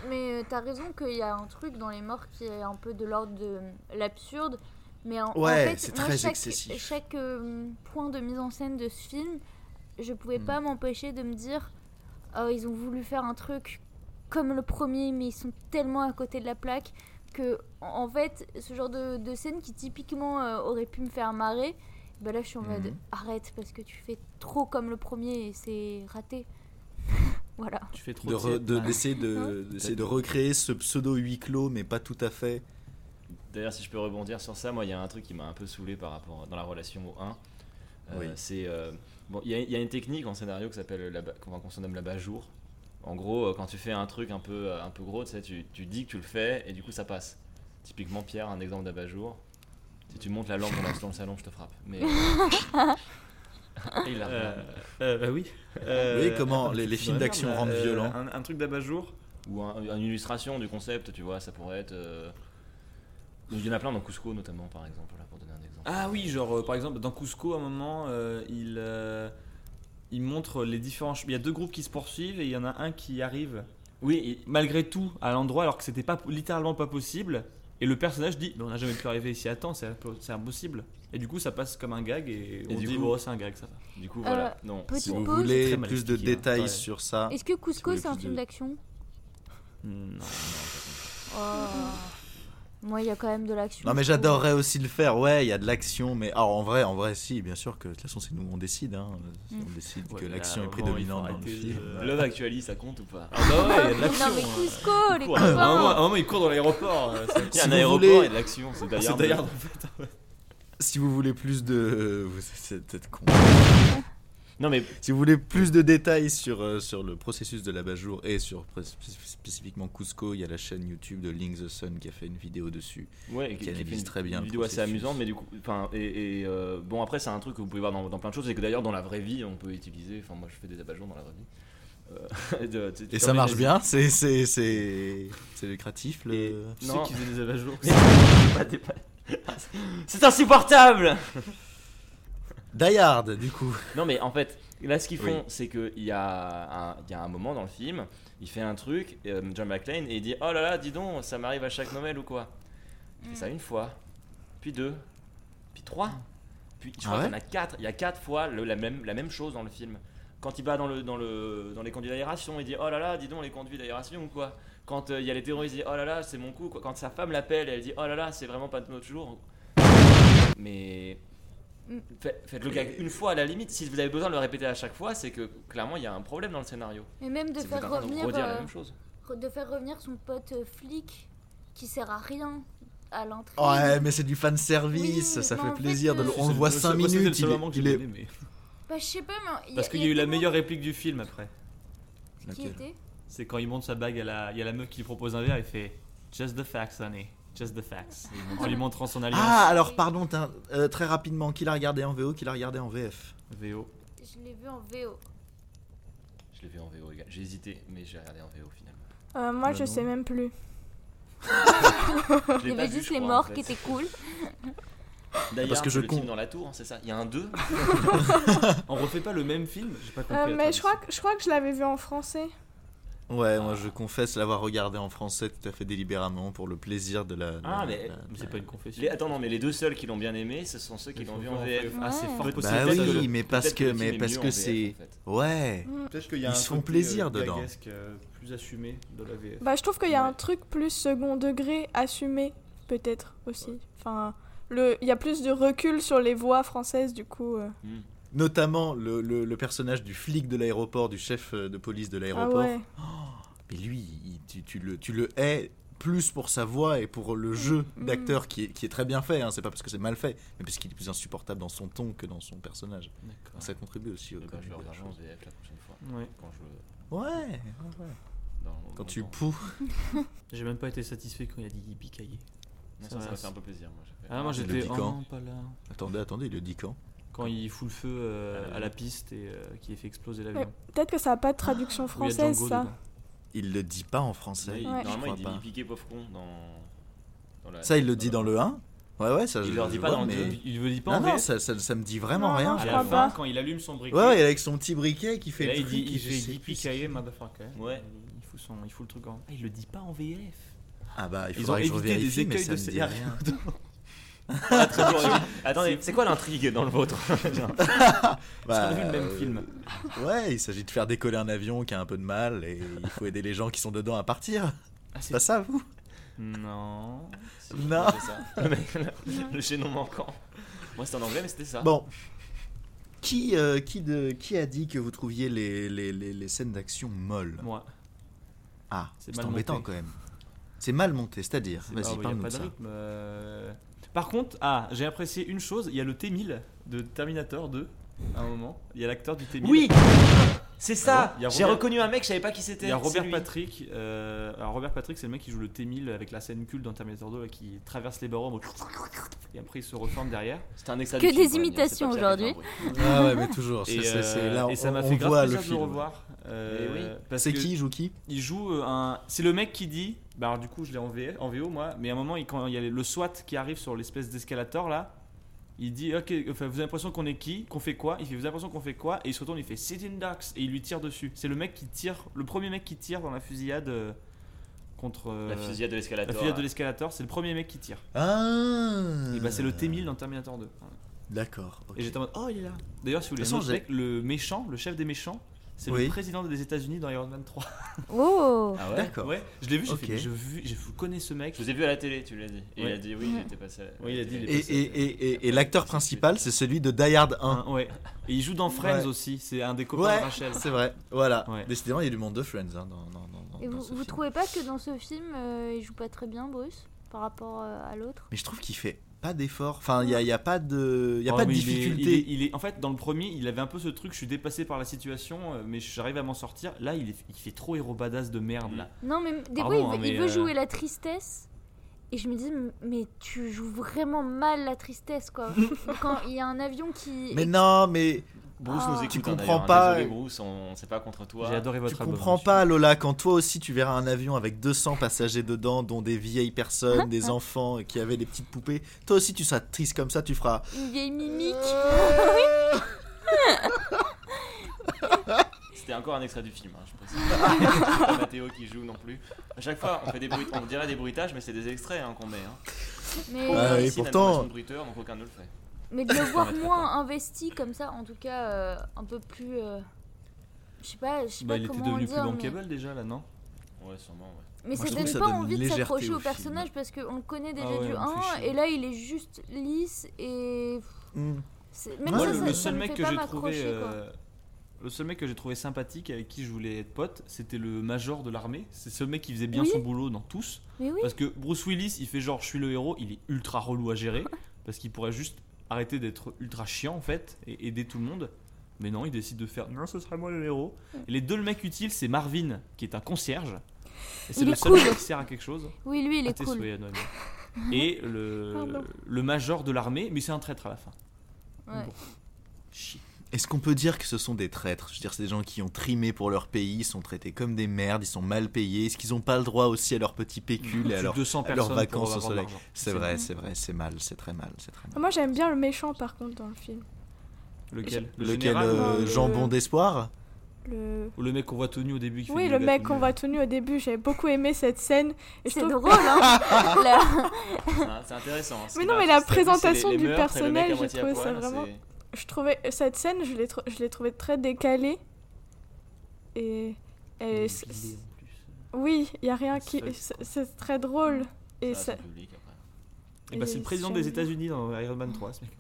F: mais euh, t'as raison qu'il y a un truc dans les morts qui est un peu de l'ordre de l'absurde. Mais en, en
G: Ouais,
F: fait,
G: c'est
F: moi,
G: très
F: chaque,
G: excessif.
F: chaque euh, point de mise en scène de ce film, je pouvais
G: Hmm.
F: pas m'empêcher de me dire Oh, ils ont voulu faire un truc comme le premier, mais ils sont tellement à côté de la plaque que, en en fait, ce genre de, de scène qui typiquement euh, aurait pu me faire marrer, bah là je suis en mode
G: Mhm.
F: arrête parce que tu fais trop comme le premier et c'est raté. voilà.
E: Tu fais trop
G: de re- de-
E: tiède.
G: d'essayer de, d'essayer de recréer ce pseudo huis clos, mais pas tout à fait.
D: D'ailleurs, si je peux rebondir sur ça, moi, il y a un truc qui m'a un peu saoulé par rapport dans la relation au 1. Euh,
G: Oui.
D: C'est euh, bon, il y, a- il y a une technique en scénario qui s'appelle la ba- qu'on qu'on se nomme la bajour. En gros, euh, quand tu fais un truc un peu euh, un peu gros, tu sais, tu, tu dis que tu le fais et du coup ça passe. Typiquement, Pierre, un exemple d'abat-jour. Si tu montes la lampe dans la- dans le salon, je te frappe. Mais euh,
E: Il a-
I: Euh, euh, bah oui.
G: Vous
I: Euh,
G: voyez comment les, les
I: dans
G: films
I: la merde,
G: d'action
I: là,
G: rendent
I: euh,
G: violents
E: un, un truc d'abat-jour.
D: Ou un- une illustration du concept, tu vois, ça pourrait être. euh, Il y en a plein dans Cusco, notamment, par exemple, là, pour donner un exemple.
E: Ah oui, genre euh, par exemple dans Cusco à un moment, euh, il, euh, il montre les différents. ch- Il y a deux groupes qui se poursuivent et il y en a un qui arrive. Oui, et malgré tout à l'endroit alors que c'était pas littéralement pas possible. Et le personnage dit, mais on n'a jamais pu arriver ici à temps, c'est impo- c'est impossible. Et du coup, ça passe comme un gag et, on
D: du
E: dit,
D: coup-
E: bon, c'est un gag, ça va.
D: Du coup, voilà. Non.
G: Si
F: Euh, Petite
G: vous
F: pause.
G: voulez
E: très mal
G: plus de
E: expliqué, hein.
G: détails
E: Ouais.
G: sur ça,
F: Est-ce que Cusco
G: voulez
F: c'est un
G: plus
F: film
G: de-
F: d'action
E: Non.
F: Oh. Moi il y a quand même de l'action.
G: Non mais
F: je trouve.
G: j'adorerais aussi le faire. Ouais, il y a de l'action, mais alors en vrai, en vrai, si, bien sûr que de toute façon c'est nous on décide. Hein. On décide
E: Ouais,
G: que
E: mais là,
G: l'action
E: à
G: est
E: un moment, il
G: prédominante
E: faut
G: dans le
E: arrêter
G: film.
E: de-
D: Love Actually, ça compte ou pas
E: Ah ouais, il y a de l'action.
F: Non mais
E: hein.
F: Cusco, les
E: Cours, à un moment- à un
F: copains
E: moment, il court dans l'aéroport. euh, c'est-
D: Il y a
G: Si
D: un
G: vous
D: aéroport
G: voulez-
D: et de l'action, c'est
E: Ah, C'est
D: d'ailleurs.
E: d'ailleurs en fait.
G: Si vous voulez plus de, vous c'est peut-être con.
D: Non, mais
G: Si vous voulez plus de détails sur euh, sur le processus de l'abat-jour et sur pré- spécif- spécifiquement Cusco, il y a la chaîne YouTube de Link the Sun qui a fait une vidéo dessus.
D: Ouais, et qui, qui
G: qui
D: fait
G: analyse
D: une,
G: très bien
D: une
G: le
D: vidéo assez
G: processus.
D: amusante, mais du coup, enfin, et, et, euh, bon après c'est un truc que vous pouvez voir dans, dans plein de choses et que d'ailleurs dans la vraie vie on peut utiliser. Enfin moi je fais des abat-jours dans la vraie vie. Euh, de- tu- tu
G: Et
D: fais
G: ça marche
D: des-
G: bien, c'est c'est c'est c'est lucratif le.
E: Tu
D: Non.
E: sais qu'il faisait des abat-jours.
D: Ah, t'es pas- C'est insupportable.
G: Die Hard, du coup.
D: Non mais en fait là ce qu'ils
G: Oui.
D: font c'est qu'il y a un- il y a un moment dans le film il fait un truc euh, John McClane et il dit oh là là dis donc ça m'arrive à chaque Noël ou quoi. Il fait ça une fois, puis deux, puis trois, puis je
G: Ah
D: crois
G: ouais
D: qu'il y en a quatre. Il y a quatre fois le- la, même, la même chose dans le film. Quand il va dans, le, dans, le, dans les conduits d'aération, il dit Oh là là, dis donc, les conduits d'aération ou quoi Quand euh, il y a les terroristes, il dit Oh là là, c'est mon coup. quoi. Quand sa femme l'appelle, elle dit Oh là là, c'est vraiment pas de notre jour. Mais.
F: Mm.
D: fait- Faites le gag une fois à la limite. Si vous avez besoin de le répéter à chaque fois, c'est que clairement il y a un problème dans le scénario.
F: Mais même de
D: C'est que vous êtes
F: faire
D: en train de
F: revenir
D: redire la
F: euh,
D: même chose.
F: re- de faire revenir son pote euh, flic qui sert à rien à l'entrée.
G: Oh, Ouais, mais c'est du fan service,
F: Oui,
G: ça
F: mais
G: fait
F: en fait,
G: plaisir. de le-
F: euh,
G: On le voit
E: C'est-
G: 5
E: moi, c'était le
G: minutes,
E: seul
G: il est-
E: moment que
G: il
E: j'ai
G: est
E: aimé, mais-
F: Bah, je sais pas mais il
E: Parce qu'il y a eu la
F: tellement-
E: meilleure réplique du film après.
F: qui était
E: C'est quand il monte sa bague à la, il y a la meuf qui lui propose un verre, il fait Just the facts, honey, just the facts. Il montre- en lui montrant son alliance.
G: Ah, alors pardon, t'as- euh, très rapidement, qui l'a regardé en VO, qui l'a regardé en VF
E: VO.
F: Je l'ai vu en VO.
D: Je l'ai vu en VO, les gars. J'ai hésité, mais j'ai regardé en VO finalement.
H: Euh, moi,
G: Bah
H: je
G: non.
H: sais même plus.
D: Je
F: Il y
D: l'ai pas
F: avait
D: vu,
F: juste
D: je
F: les
D: crois, en
F: morts
D: fait.
F: qui étaient cool.
D: D'ailleurs,
G: Parce que je
D: le film
G: con-
D: dans la tour, hein, c'est ça Il y a un 2
E: On refait pas le même film J'ai pas compris.
H: Euh,
E: la
H: mais je
E: traduction.
H: crois, que, je crois que je l'avais vu en français.
G: Ouais, moi je confesse l'avoir regardé en français tout à fait délibérément pour le plaisir de la. de
D: Ah,
G: la-
D: mais-
G: la-
E: Mais c'est pas une confession.
D: Les- Attends, non, mais les deux seuls qui l'ont bien aimé, ce sont ceux qui l'ont vu en VF.
E: Ah, c'est
F: Ouais.
E: fort possible.
G: Bah
D: peut-être
G: oui,
D: que-
G: mais parce
D: Peut-être
G: que,
D: le film
G: mais
D: est
G: parce
D: mieux en
G: que
D: VF,
G: c'est.
D: en fait.
G: Ouais.
E: Peut-être qu'il y
G: a Ils un se font côté, plaisir euh, dedans. gaguesque,
E: plus assumé de la VF.
H: Bah, je trouve qu'il y a
E: Ouais.
H: un truc plus second degré assumé, peut-être aussi. Enfin, le, il y a plus de recul sur les voix françaises, du coup. euh.
G: Notamment le, le- le personnage du flic de l'aéroport, du chef euh, de police de
H: Ah
G: l'aéroport.
H: ouais.
G: Mais lui, il- tu, tu le, tu le hais plus pour sa voix et pour le jeu
H: Mm.
G: d'acteur qui, est- qui est très bien fait. hein. C'est pas parce que c'est mal fait, mais parce qu'il est plus insupportable dans son ton que dans son personnage.
E: D'accord.
G: Ça contribue aussi au.
D: Et ben, je le regarderai en VF la prochaine fois.
E: Ouais.
D: Quand, je...
G: Ouais.
D: dans-
G: Quand tu
D: dans-
G: poux.
E: J'ai même pas été satisfait quand il a dit Yippee
D: Non,
E: Ça
D: ça, ça
E: va,
D: m'a
E: c'est-
D: fait un peu plaisir. Moi, j'ai fait-
E: Ah, moi
G: j'ai-
E: j'étais.
G: dit
E: Oh,
G: quand
E: non, pas là.
G: Attendez, attendez, il le dit quand
E: Quand il fout le feu euh,
D: Ah, oui.
E: à la piste et euh, qu'il fait exploser l'avion.
H: Peut-être que ça n'a pas de traduction
E: Où Ah, il y a
H: française,
E: Django
H: ça.
E: dedans.
G: Il le dit pas en français.
D: Il-
H: Ouais.
G: je
D: Normalement,
G: crois
D: il dit
G: pas.
D: piqué pauvre con dans. dans la-
G: Ça, il le dit dans le 1 Ouais, ouais, ça
D: Il
G: je
D: leur dit
G: je
D: pas
G: vois,
D: dans le
G: mais-
D: deux.
E: Il il veut dire pas
G: Non,
E: en
G: non,
E: VF.
G: ça, ça, ça me dit vraiment
H: Non,
G: rien.
H: non,
E: À
H: je
E: la
H: crois
E: fin,
H: pas.
E: quand il allume son briquet.
G: Ouais, ouais, avec son petit briquet qui fait.
E: Là, il
G: truc,
E: dit, il
G: je
E: fait
G: sais plus
E: Yippee
G: ce
E: Kaye,
G: qu'il-
E: motherfucker.
D: Ouais.
E: Il faut son, il fout le truc en. Ah, il le dit pas en VF.
G: Ah bah, il
E: Ils
G: faudra
E: ont
G: que je
E: évité des
G: vérifie, mais
E: écueils
G: ça
E: de
G: me dit
E: scénario.
G: rien.
D: Ah, très bon, oui. Attendez, c'est quoi l'intrigue dans le vôtre
G: Bah,
E: vu le même
G: euh,
E: film.
G: Ouais, il s'agit de faire décoller un avion qui a un peu de mal et il faut aider les gens qui sont dedans à partir.
E: Ah,
G: C'est pas ça, vous
E: Non.
D: Si,
G: Non.
D: c'est ça. Le mec, le- Le chaînon manquant. Moi, c'était en anglais, mais c'était ça.
G: Bon. Qui, euh, qui, de, qui a dit que vous trouviez les, les, les, les scènes d'action molles
E: Moi.
G: Ah,
E: C'est
G: c'est
E: mal
G: embêtant
E: monté.
G: quand même. C'est mal monté, c'est-à-dire
E: C'est- ah,
G: Vas-y,
E: ouais, y a
G: parle-nous
E: pas
G: de
E: de
G: ça.
E: rythme, euh. Par contre, ah, j'ai apprécié une chose. Il y a le T1000 de Terminator 2 à un moment. Il y a l'acteur du T1000.
D: Oui
I: C'est ça
E: Il y a
I: J'ai
E: Robert-
I: reconnu un mec, je savais pas qui c'était.
E: Il y a
I: c'est
E: Robert
I: lui.
E: Patrick. euh, alors Robert Patrick, c'est le mec qui joue le T-1000 avec la scène culte dans Terminator 2 là, qui traverse les barreaux en mode et après il se reforme derrière.
I: C'était un extrait
F: Que
I: du film,
F: des
I: quand même, il y a- c'est
F: imitations
I: pas que j'avais fait un
F: aujourd'hui.
I: bruit.
G: Ah ouais, mais toujours.
E: Et,
G: c'est- c'est- c'est-
E: euh,
G: là,
E: et ça
G: on-
E: m'a
G: on
E: fait grave
G: voit le
E: plaisir de le
G: film.
E: revoir. euh, parce
G: C'est
E: que
G: qui joue qui
E: Il joue euh, un. C'est le mec qui dit. Bah alors du coup je l'ai en, VF en VO moi, mais à un moment il- quand il y a le SWAT qui arrive sur l'espèce d'escalator là, il dit ok, enfin, vous avez l'impression qu'on est qui, qu'on fait quoi, il fait vous avez l'impression qu'on fait quoi, et il se retourne, il fait sit in ducks et il lui tire dessus. C'est le mec qui tire, le premier mec qui tire dans la fusillade euh, contre. euh,
D: La fusillade de
E: la
D: l'escalator.
E: fusillade de
D: hein.
E: l'escalator, c'est le premier mec qui tire.
G: Ah
E: Et bah c'est le T1000 dans Terminator 2. Voilà.
G: D'accord. ok.
E: Et j'étais en mode oh il est là. D'ailleurs si vous voulez
G: De toute
E: un autre
G: façon,
E: mec, le méchant, le chef des méchants, c'est
G: Oui.
E: le président des États-Unis dans Iron Man 3.
F: Oh
D: Ah ouais
G: D'accord.
E: ouais, je l'ai vu, j'ai
G: Ok.
E: fait, je, vu- je vous connais ce mec.
D: Je vous ai vu à la télé, tu l'as dit. Et
E: Ouais.
D: il a dit oui, j'étais passé. à la-
E: Oui, il a dit, il est
G: Et, et, et, et- et l'acteur principal, c'est celui de Die Hard 1.
E: Hein, ouais. Et il joue dans Friends
G: Ouais.
E: aussi, c'est un des copains
G: Ouais,
E: de Rachel.
G: c'est vrai. Voilà.
E: Ouais.
G: Décidément, il y a du monde de Friends hein, dans, dans, dans,
F: Et
G: dans
F: vous,
G: ce
F: vous
G: film.
F: trouvez pas que dans ce film, euh, il joue pas très bien, Bruce, par rapport euh, à l'autre
G: Mais je trouve qu'il fait pas d'effort. Enfin, il n'y a, il y a pas de, il y a
E: Oh,
G: pas de
E: mais il est- Il est,
G: difficulté.
E: il est- en fait, dans le premier, il avait un peu ce truc, je suis dépassé par la situation, euh, mais j'arrive à m'en sortir. Là, il, est- il fait trop héros badass de merde, là.
F: Non, mais des
E: Pardon,
F: fois, il
E: hein,
F: veut, il
E: mais,
F: veut
E: euh,
F: jouer la tristesse. Et je me dis, m- mais tu joues vraiment mal la tristesse, quoi. Quand il y a un avion qui.
G: Mais non, mais
D: Bruce nous
F: Ah.
D: écoute.
G: Tu
D: hein,
G: comprends
D: d'ailleurs, hein.
G: pas,
D: Désolé,
G: euh,
D: Bruce, on c'est pas contre toi.
E: J'ai adoré
G: tu
E: votre album.
G: comprends
E: monsieur. Bah,
G: pas, Lola, quand toi aussi tu verras un avion avec 200 passagers dedans, dont des vieilles personnes, des enfants qui avaient des petites poupées, toi aussi tu seras triste comme ça, tu feras.
F: Une vieille mimique.
E: Ah
D: C'était encore un extrait du film, hein, je précise. C'est pas Mathéo qui joue non plus. À chaque fois, on fait des bruit- on dirait des bruitages, mais c'est des extraits hein, qu'on met. Hein.
F: Mais, euh,
G: Ah
D: On a
G: oui,
D: ici une
G: pourtant-
D: animation de bruiteur, donc aucun ne le fait.
F: mais de le voir
D: mettre
F: moins investi comme ça, en tout cas, euh, un peu plus. euh, je sais pas, je sais
E: Bah,
F: pas
E: il était
F: comment
E: devenu plus
F: dire. mais-
E: bankable déjà, là, non
D: Ouais, sûrement. Ouais.
F: Mais
G: Moi, je
F: ça
G: trouve
F: donne
G: que ça
F: pas
G: donne
F: envie de
G: légèreté hein.
F: s'accrocher
G: au
F: au
G: film.
F: personnage parce qu'on le connaît déjà
E: Ah ouais,
F: du
E: on me fait
F: 1
E: chier.
F: et là il est juste lisse et.
G: Hmm.
F: c'est- Même
G: Moi,
F: ça,
E: le,
F: ça,
E: le
F: ça
E: seul
F: me
E: mec
F: fait
E: que
F: pas
E: j'ai trouvé.
F: m'accrocher, quoi.
E: euh, Le seul mec que j'ai trouvé sympathique avec qui je voulais être pote, c'était le major de l'armée. C'est ce mec qui faisait bien
F: Oui.
E: son boulot dans tous.
F: Mais oui,
E: Parce que Bruce Willis, il fait genre je suis le héros, il est ultra relou à gérer. parce qu'il pourrait juste arrêter d'être ultra chiant en fait et aider tout le monde. Mais non, il décide de faire non, ce sera moi le héros. Et les deux le mec utile, c'est Marvin, qui est un concierge. Et c'est
F: Il
E: le
F: est
E: seul
F: cool.
E: mec qui sert à quelque chose.
F: oui, lui il
E: Ah,
F: est
E: t'es
F: cool.
E: souillé, Noémie. Et le,
H: Pardon.
E: le major de l'armée, mais c'est un traître à la fin.
F: Ouais.
E: Bon. Chier.
G: Est-ce qu'on peut dire que ce sont des traîtres Je veux dire, c'est des gens qui ont trimé pour leur pays, ils sont traités comme des merdes, ils sont mal payés. Est-ce qu'ils n'ont pas le droit aussi à leur petit pécule et
E: Plus
G: à
E: de
G: leur...
E: 200
G: à leurs
E: personnes
G: vacances
E: pour
G: au
E: avoir de
G: soleil.
E: l'argent.
G: C'est vrai, c'est vrai, c'est mal, c'est très mal, c'est très mal.
H: Moi j'aime bien le méchant par contre dans le film.
E: Lequel Le
G: Lequel
E: général
G: euh,
E: ou le-
G: Jambon d'espoir
H: Le...
E: Ou le mec qu'on voit tout nu au début qui fait
H: Oui,
E: du
H: le
E: yoga
H: mec
E: tout
H: qu'on
E: nu.
H: voit tout nu au début, j'ai beaucoup aimé cette scène. Et je
F: C'est
H: trouve
F: drôle, hein La-
D: C'est un- C'est intéressant. hein, ce
H: Mais
D: qui
H: non,
D: m'a-
H: mais la
D: c'est- c'est les-
H: présentation
D: les
H: du
D: meurtres et le
H: personnage,
D: mec à
H: j'ai
D: moitié à
H: trouvé ça
D: poil,
H: vraiment-
D: c'est-
H: je trouvais cette scène, je l'ai, tr- je l'ai trouvée très décalée. Et, et c- c- oui, il y a rien qui,
E: C'est-
H: c'est c'est très drôle. Et
D: ça,
H: ça,
D: c'est public, après.
E: Et bah, c'est
H: Et
E: le président
H: j'aime
E: des
H: bien.
E: États-Unis dans Iron Man 3, ce mec.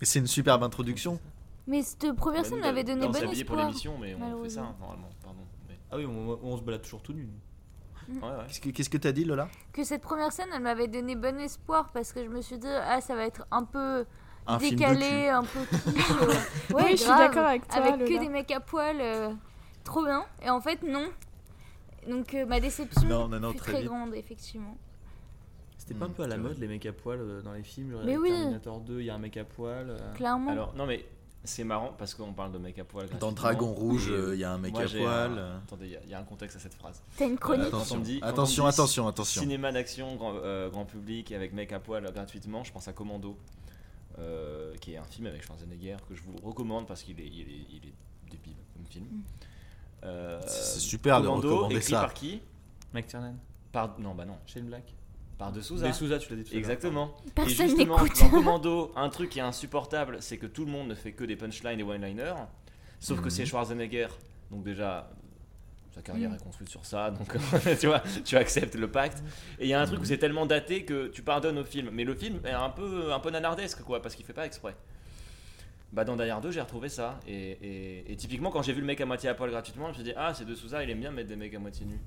G: Et C'est une superbe introduction.
F: Mais cette première scène
D: Bah, nous,
F: m'avait
D: là,
F: donné
D: on s'est
F: bon
D: habillés pour
F: espoir.
D: l'émission, mais on fait ça
F: malheureusement.
D: hein, normalement. Pardon. mais-
E: Ah oui, on, on se balade toujours tout nu.
F: Mm.
D: Ouais, ouais.
G: Qu'est-ce que qu'est-ce que t'as dit, Lola
F: Que cette première scène, elle m'avait donné bon espoir parce que je me suis dit, ah, ça va être un peu
G: Un film de
F: décalé,
G: cul.
F: un peu kitsch. euh.
H: Oui, je suis
F: grave,
H: d'accord avec toi,
F: Avec que
H: Lola.
F: des mecs à poil, euh, trop bien. Et en fait, non. Donc euh, ma déception
G: Non, non, non,
F: fut
G: très
F: très
G: vite.
F: grande, effectivement.
E: C'était pas un
G: Hmm,
E: peu à la
G: c'est
E: mode les mecs à poil euh, dans les films genre,
F: Mais oui.
E: Terminator 2, il y a un mec à poil. euh.
F: Clairement.
D: Alors, non, mais c'est marrant parce qu'on parle de mec à poil.
G: Dans
D: gratuitement,
G: Dragon Rouge,
D: et,
G: il
D: euh,
G: y a un mec
D: moi,
G: à
D: j'ai
G: poil.
D: un-
G: euh.
D: Attendez, il y a- il y a un contexte à cette phrase.
F: T'as une chronique.
D: Quand
G: Attention,
D: on dit- quand
G: attention,
D: on dit
G: attention, attention.
D: Cinéma d'action grand, euh, grand public avec mec à poil gratuitement, je pense à Commando, euh, qui est un film avec Schwarzenegger que je vous recommande parce qu'il est, il est, il est débile comme film.
F: Mm.
D: Euh,
G: C'est super de
D: Commando,
G: recommander
D: écrit
G: ça.
D: par qui
E: Mike Tiernan,
D: Par non bah non,
E: Shane Black.
D: par Ah, de Souza.
E: Des Souza, tu l'as dit tout à l'heure.
D: Exactement. et
F: Personne
D: justement,
F: n'écoute.
D: dans Commando, un truc qui est insupportable, c'est que tout le monde ne fait que des punchlines et one-liners, sauf que c'est Schwarzenegger, donc déjà sa carrière est construite sur ça, donc tu vois, tu acceptes le pacte. Et il y a un truc où c'est tellement daté que tu pardonnes au film, mais le film est un peu un peu nanardesque quoi, parce qu'il fait pas exprès. Bah dans Die Hard 2 j'ai retrouvé ça et, et- et typiquement quand j'ai vu le mec à moitié à poil gratuitement je me suis dit ah c'est de Souza il aime bien mettre des mecs à moitié nus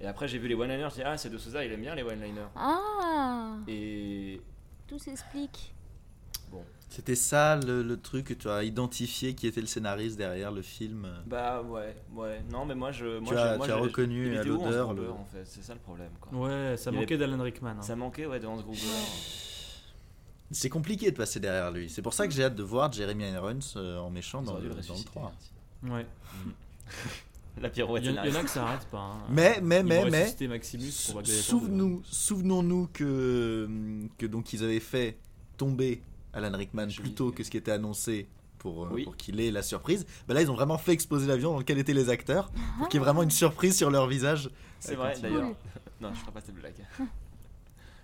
D: et après j'ai vu les one-liners je me suis dit ah c'est de Souza il aime bien les one-liners
F: Ah,
D: et
F: tout s'explique.
D: Bon.
G: C'était ça le, le truc que tu as identifié qui était le scénariste derrière le film.
D: Bah ouais, ouais. Non, mais moi je. Moi,
G: tu
D: je-
G: as,
D: moi,
G: tu as
D: je- il
G: reconnu
D: était
G: à
D: où, Hans
G: l'odeur
D: Gruber,
G: le.
D: en fait, c'est ça le problème quoi.
E: Ouais, ça
D: Il y
E: manquait d'Alan Rickman. hein.
D: Ça manquait ouais de Hans Gruber.
G: C'est compliqué de passer derrière lui. C'est pour ça que j'ai hâte de voir Jeremy Irons euh, en méchant
D: Ils
G: dans
D: auraient dû
G: le,
D: le
G: dans le
D: ressusciter.
G: 3.
E: Ouais.
D: La
E: Il
D: pirouette.
E: y, en- il y en a
D: scénariste.
E: que ça arrête pas. hein.
G: Mais, mais,
E: Ils vont
G: mais, mais.
E: ressusciter Maximus pour Black Gladiator
G: Souvenons-nous souvenons que, que donc ils avaient fait tomber Alan Rickman
D: Je
G: plus
D: lis.
G: tôt que ce qui était annoncé pour, euh,
D: Oui.
G: pour qu'il ait la surprise. Bah là, ils ont vraiment fait exploser l'avion dans lequel étaient les acteurs pour qu'il y ait vraiment une surprise sur leur visage.
D: C'est
G: Euh,
D: vrai
G: quand
D: d'ailleurs. non, je ferai pas cette blague.